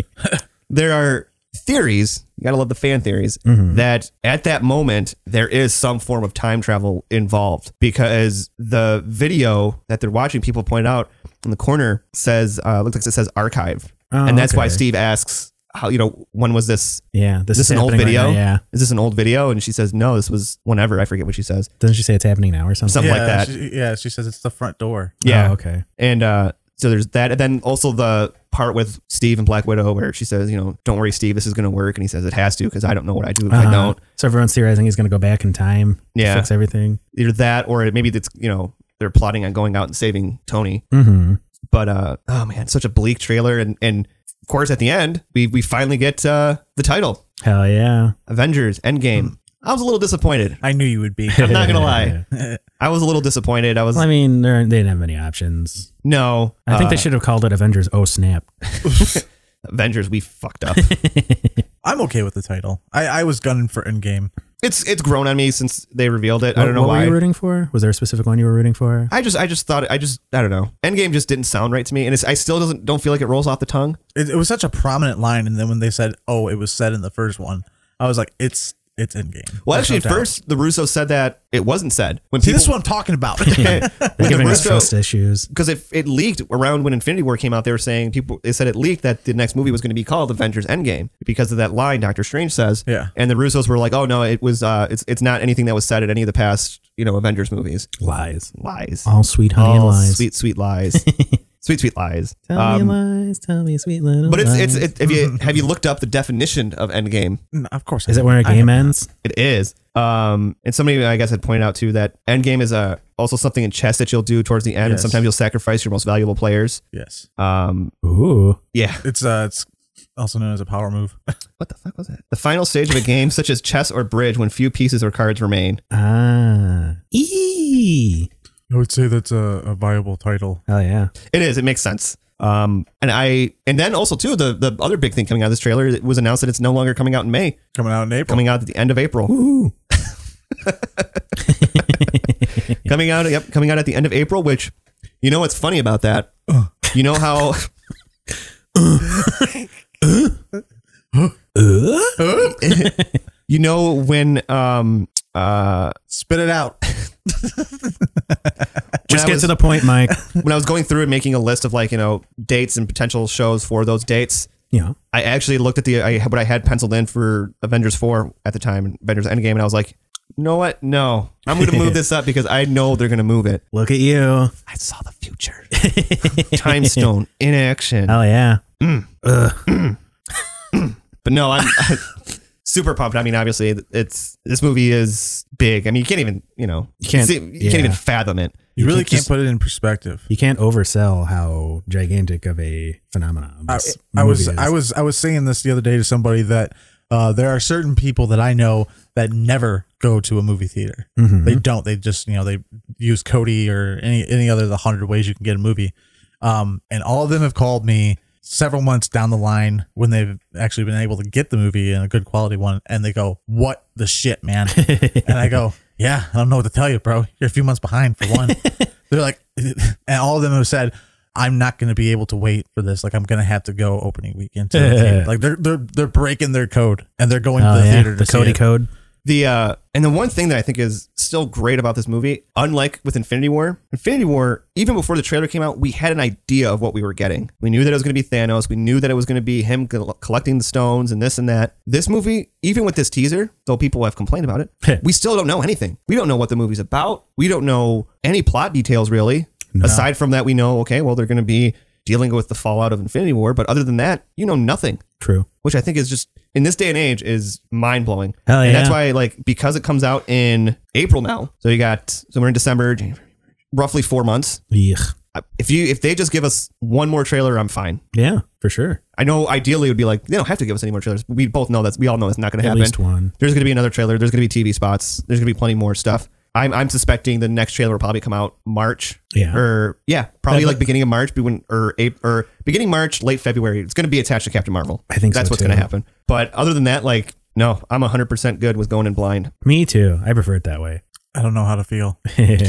there are theories, you gotta love the fan theories,
Mm-hmm.
that at that moment there is some form of time travel involved because the video that they're watching, people point out in the corner says, uh, looks like it says archive.
Oh,
and that's why
okay.
Steve asks, how, you know, when was this?
Yeah, this,
Is this an old
happening
video?
Right now. yeah,
Is this an old video? And she says, no, this was whenever. I forget what she says.
doesn't she say it's happening now or something?
Something
yeah,
like that.
She, yeah, she says it's the front door.
yeah.
Oh, okay.
And uh, so there's that. And then also the part with Steve and Black Widow where she says, you know, don't worry, Steve, this is going to work. And he says, it has to because I don't know what I do if I
Uh-huh.
don't.
So everyone's theorizing he's going to go back in time.
Yeah.
to fix everything.
Either that or maybe it's, you know, they're plotting on going out and saving Tony.
Mm-hmm.
But uh, oh man, such a bleak trailer. And, and of course, at the end, we, we finally get uh, the title
Hell yeah.
Avengers Endgame. I was a little disappointed.
I knew you would be.
I'm not gonna lie. I was a little disappointed. I was
I mean, they're- they didn't have many options.
no.
I think
uh,
they should have called it Avengers Oh Snap.
Avengers. We fucked up.
I'm okay with the title. I, I was gunning for Endgame.
it's it's grown on me since they revealed it. I don't know
what
why.
were you rooting for? Was there a specific one you were rooting for?
I just I just thought I just I don't know. Endgame just didn't sound right to me, and it's I still doesn't don't feel like it rolls off the tongue.
It, it was such a prominent line, and then when they said, "Oh, it was said in the first one," I was like, "It's it's Endgame."
Well,
There's
actually,
no
at
doubt.
first the Russo said that it wasn't said when
see
people
this is what I'm talking about.
when
They're
the
giving us
Russo
trust issues.
because it, it leaked around when Infinity War came out. They were saying people they said it leaked that the next movie was going to be called Avengers Endgame because of that line Doctor Strange says.
Yeah.
and the Russos were like, oh no, it was uh, it's it's not anything that was said at any of the past you know Avengers movies.
Lies.
Lies,
All sweet honey and
All
lies.
sweet sweet lies, sweet sweet lies.
Tell
Um,
me lies. Tell me sweet little
but it's
lies.
it's it, have you have you looked up the definition of Endgame?
No, of course,
Is it where a game ends?
It is. Um, and somebody I guess had pointed out too that endgame is uh, also something in chess that you'll do towards the end, and
Yes.
sometimes you'll sacrifice your most valuable players.
Yes,
Um,
Ooh.
yeah.
it's uh, it's also known as a power move.
What the fuck was that? The final stage of a game, such as chess or bridge, when few pieces or cards remain.
Ah. Eee.
I would say that's a, a viable title.
Hell yeah.
It is. It makes sense. Um, and I, and then also too, the the other big thing coming out of this trailer it was announced that it's no longer coming out in May,
Coming out in April.
coming out at the end of April,
Ooh.
coming out, yep, coming out at the end of April. Which, you know, what's funny about that? You know how
Uh?
you know when um uh
Spit it out.
Just
I
get
was-
to the point, Mike.
when I was going through and making a list of like you know dates and potential shows for those dates,
yeah.
I actually looked at the I, what I had penciled in for Avengers four at the time, Avengers Endgame, and I was like, you know what? No, I'm going to move this up because I know they're going to move it.
Look at you.
I saw the future. Oh. Time Stone in action,
Hell yeah.
but no, I'm. Super pumped. I mean, obviously, it's this movie is big. I mean, you can't even you know you
can't-
you can't
yeah.
even fathom it.
You, really
can't
can't,
just-
put it in perspective.
You can't oversell how gigantic of a phenomenon
I,
this
I was
movie is.
I was I was saying this the other day to somebody that uh, there are certain people that I know that never go to a movie theater. They don't. They just you know they use Cody or any any other of the hundred ways you can get a movie. Um, and all of them have called me several months down the line when they've actually been able to get the movie and a good quality one, and they go, "What the shit, man?" and I go, "Yeah, I don't know what to tell you, bro. You're a few months behind for one." They're like, and all of them have said. I'm not going to be able to wait for this. Like I'm going to have to go opening weekend. To the theater." Like they're they're they're breaking their code and they're going
Oh,
to the
yeah.
theater. To
the
see
Cody
it.
Code.
The uh and the one thing that I think is still great about this movie, unlike with Infinity War, Infinity War, even before the trailer came out, we had an idea of what we were getting. We knew that it was going to be Thanos, we knew that it was going to be him col- collecting the stones and this and that. This movie, even with this teaser, though people have complained about it, we still don't know anything. We don't know what the movie's about. We don't know any plot details really. Aside from that, we know okay, well they're going to be dealing with the fallout of Infinity War, but other than that, you know nothing
True.
which I think is just in this day and age is mind blowing.
Hell
And that's
yeah.
why like because it comes out in April now, so you got so we're in December, January, roughly four months.
Eek.
I- If you if they just give us one more trailer, I'm fine.
Yeah, for sure.
I know ideally it would be like they don't have to give us any more trailers. We both know that's we all know it's not going to
At
happen.
least one.
There's going to be another trailer. There's going to be TV spots. There's going to be plenty more stuff. I'm, I'm suspecting the next trailer will probably come out March.
Yeah.
Or yeah, probably like beginning of March, but when or April, or beginning March, late February. It's going to be attached to Captain Marvel.
I think so,
that's what's
too.
going to happen. But other than that, like no, I'm 100 percent good with going in blind.
Me too. I prefer it that way.
I don't know how to feel. And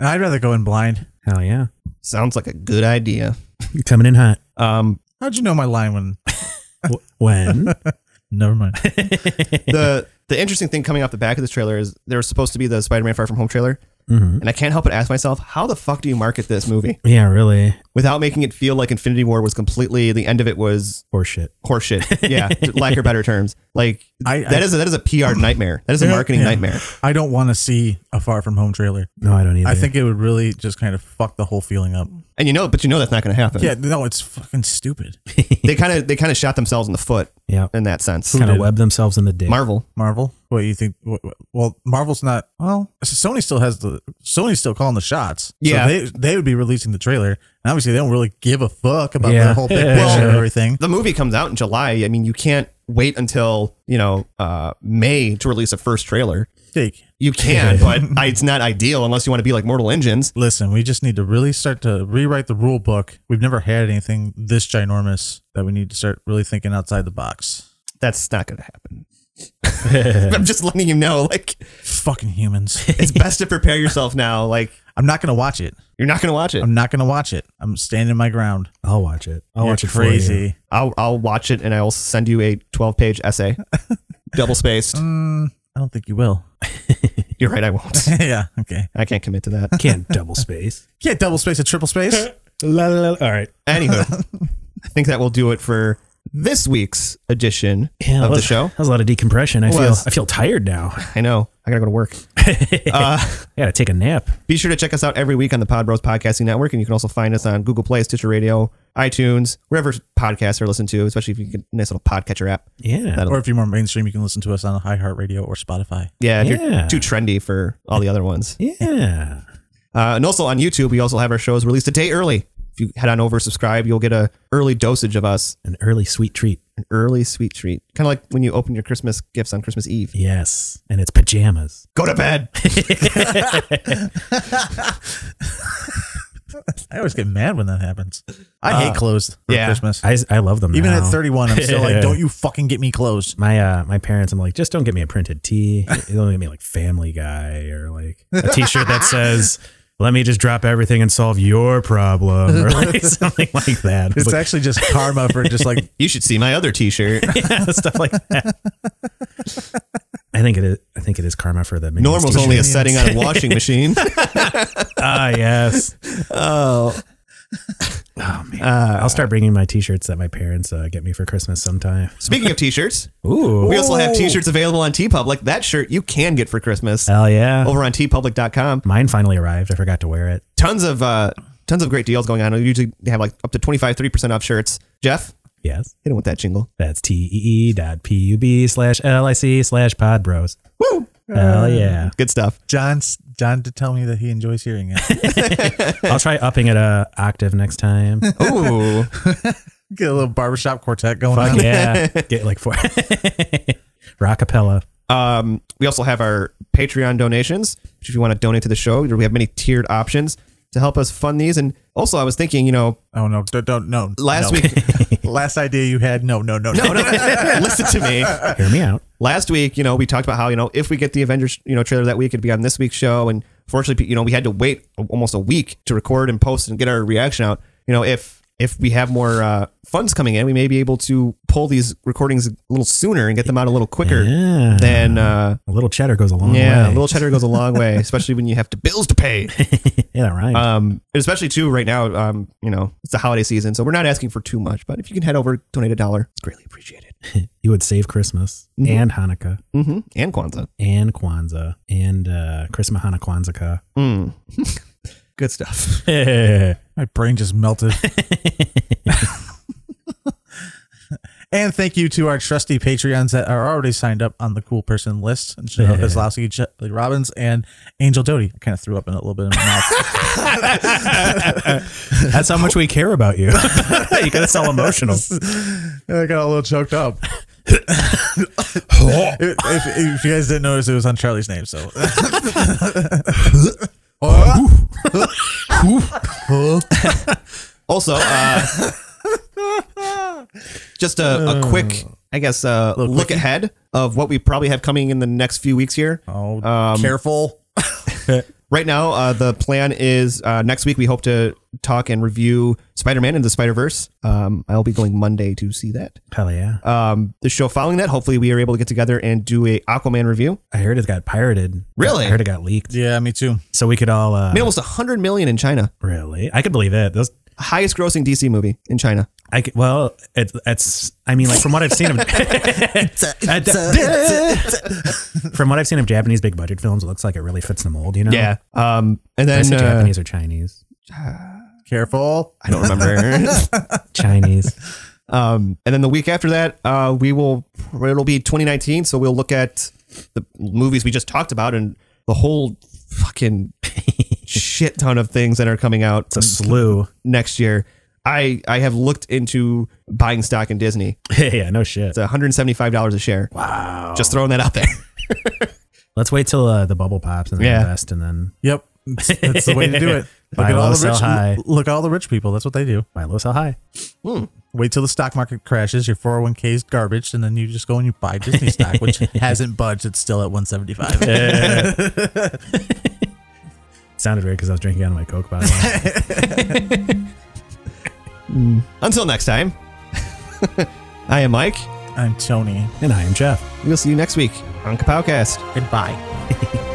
I'd rather go in blind.
Hell yeah.
Sounds like a good idea.
You're coming in hot.
Um,
How'd you know my line when?
W- when?
Never mind.
the the interesting thing coming off the back of this trailer is there was supposed to be the Spider-Man Far From Home trailer,
Mm-hmm.
and I can't help but ask myself, how the fuck do you market this movie
yeah, really.
without making it feel like Infinity War was completely the end of it was
Or shit.
horseshit. Yeah, to lack of better terms. Like
I-
that is a, that is a PR nightmare. That is a
Yeah,
marketing
yeah.
nightmare.
I don't want to see a Far From Home trailer.
No, I don't either.
I think it would really just kind of fuck the whole feeling up.
And you know, but you know that's not going to happen.
Yeah, no, it's fucking stupid.
they kind of they kind of shot themselves in the foot
Yeah.
in that sense.
Kind of
did?
web themselves in the dick.
Marvel.
Marvel. What you think? What, what- well, Marvel's not. Well, Sony still has the Sony's still calling the shots.
Yeah.
so they they would be releasing the trailer, and obviously they don't really give a fuck about
Yeah.
the whole big
Yeah.
picture and
Well-
everything.
The movie comes out in July. I mean, you can't wait until you know uh, May to release a first trailer.
Jake,
You can, but I, it's not ideal unless you want to be like Mortal Engines.
listen, we just need to really start to rewrite the rule book. We've never had anything this ginormous that we need to start really thinking outside the box.
That's not going to happen. I'm just letting you know, like
Fucking humans.
it's best to prepare yourself now. Like
I'm not going to watch it.
you're not going to watch it.
I'm not going to watch it. I'm standing my ground.
I'll watch it. I'll
You're
watch it for you.
crazy.
I'll I'll watch it and I'll send you a 12 page essay, double spaced.
Mm, I don't think you will.
You're right, I won't.
yeah. Okay.
I can't commit to that.
Can't double space.
Can't double space a triple space.
La, la, la. All right.
Anywho, I think that will do it for this week's edition
Yeah, that
of the
was-
show.
That was a lot of decompression. I feel
Was.
I feel tired now.
I know. I gotta go to work.
I gotta take a nap.
Be sure to check us out every week on the Pod Bros Podcasting Network, and you can also find us on Google Play, Stitcher Radio, iTunes, wherever podcasts are listened to. Especially if you get a nice little podcatcher app.
Yeah.
That'll-
or if you're more mainstream, you can listen to us on iHeartRadio or Spotify.
Yeah, if
Yeah.
you're too trendy for all the other ones.
yeah.
Uh, and also on YouTube, we also have our shows released a day early. If you head on over, subscribe, you'll get a early dosage of us,
An early sweet treat.
an early sweet treat, kind of like when you open your Christmas gifts on Christmas Eve.
Yes. And it's pajamas.
Go to bed.
I always get mad when that happens. I hate clothes for
yeah.
Christmas.
I, I love them.
Even
now.
at 31, I'm still like, don't you fucking get me clothes.
my uh my parents i'm like just don't get me a printed tee don't get me like family guy or like a t-shirt that says let me just drop everything and solve your problem or like something like that
It's
But-
actually just karma for just like
You should see my other T-shirt.
yeah, stuff like that i think it is i think it is karma for the minions
Normal's only a
t-shirt.
setting on a washing machine.
ah yes
oh,
oh man i'll start bringing my t-shirts that my parents uh, get me for christmas sometime
speaking of T-shirts,
ooh
we also have T-shirts available on TeePublic. That shirt you can get for Christmas
hell yeah
over on TeePublic.com.
mine finally arrived i forgot to wear it
Tons of uh, tons of great deals going on. We usually have like up to 25, 30 percent off shirts. Jeff,
yes
hit him with that jingle.
That's T-E-E dot P-U-B slash L-I-C slash pod bros.
Woo! Uh.
Hell yeah.
Good stuff.
John's John to tell me that he enjoys hearing it.
I'll try upping it a octave next time.
Ooh.
Get a little barbershop quartet going on.
Fuck yeah. Get like four. Rockapella.
Um, we also have our Patreon donations, which if you want to donate to the show, we have many tiered options to help us fund these. And also, I was thinking, you know,
Oh no, don't, don't no.
last
no.
week,
last idea you had. No, no, no,
no,
no.
no, listen to me.
Hear me out.
Last week, you know, we talked about how you know if we get the Avengers, you know, trailer that week, it'd be on this week's show. And fortunately, you know, we had to wait almost a week to record and post and get our reaction out. You know, if if we have more uh, funds coming in, we may be able to pull these recordings a little sooner and get them out a little quicker
Yeah.
than uh,
A little cheddar goes a long
Yeah, a
way.
little cheddar goes a long way, especially when you have to bills to pay.
yeah, that rhymes.
Um, and especially too right now. Um, you know, it's the holiday season, so we're not asking for too much. But if you can head over, donate a dollar, it's greatly appreciated.
you would save Christmas and Hanukkah
Mm-hmm. And Kwanzaa,
and Kwanzaa and uh, Christmas Hana Kwanzaa.
good stuff.
My brain just melted. and thank you to our trusty Patreons that are already signed up on the cool person list. Janelle Kozlowski, Jelly Robbins, and Angel Doty. I kind of threw up in a little bit in my mouth.
That's how much we care about you. you got us all emotional.
I got a little choked up. if, if- if you guys didn't notice, it was on Charlie's name. So
Also, uh, just a, a quick, I guess, uh, look ahead of what we probably have coming in the next few weeks here.
oh,
Uh,
careful.
Right now, uh, the plan is uh, next week we hope to talk and review Spider Man and the Spider Verse. Um, I'll be going Monday to see that.
Hell yeah.
um, the show following that. Hopefully, we are able to get together and do a Aquaman review.
I heard it got pirated.
Really?
I heard it got leaked.
Yeah, me too.
So we could all uh,
Made almost 100 million in China.
really. I could believe it. Those
Highest grossing DC movie in China.
I could, well, it, it's I mean like from what I've seen of from what I've seen of Japanese big budget films, it looks like it really fits the mold. You know?
Um, and
Did I
then
say
uh,
Japanese or Chinese.
Careful.
I don't remember.
Chinese.
um, and then the week after that, uh, we will. It'll be 2019, so we'll look at the movies we just talked about and the whole fucking shit ton of things that are coming out
It's a slew.
next year. I I have looked into buying stock in Disney.
yeah, no shit.
It's 175 dollars a share.
Wow.
Just throwing that out there.
Let's wait till uh, the bubble pops and then
Yeah.
invest, and then
Yep. That's that's the way to do it. Look
Buy
at,
low,
all the
sell
rich,
high.
look at all the rich people. That's what they do.
buy low, sell high.
Wait till the stock market crashes, your 401k is garbage, and then you just go and you buy Disney stock, which hasn't budged. It's still at 175.
Sounded weird because I was drinking out of my Coke bottle.
Until next time. I am Mike.
I'm Tony.
and I am Jeff.
We'll see you next week on Kapowcast.
Goodbye.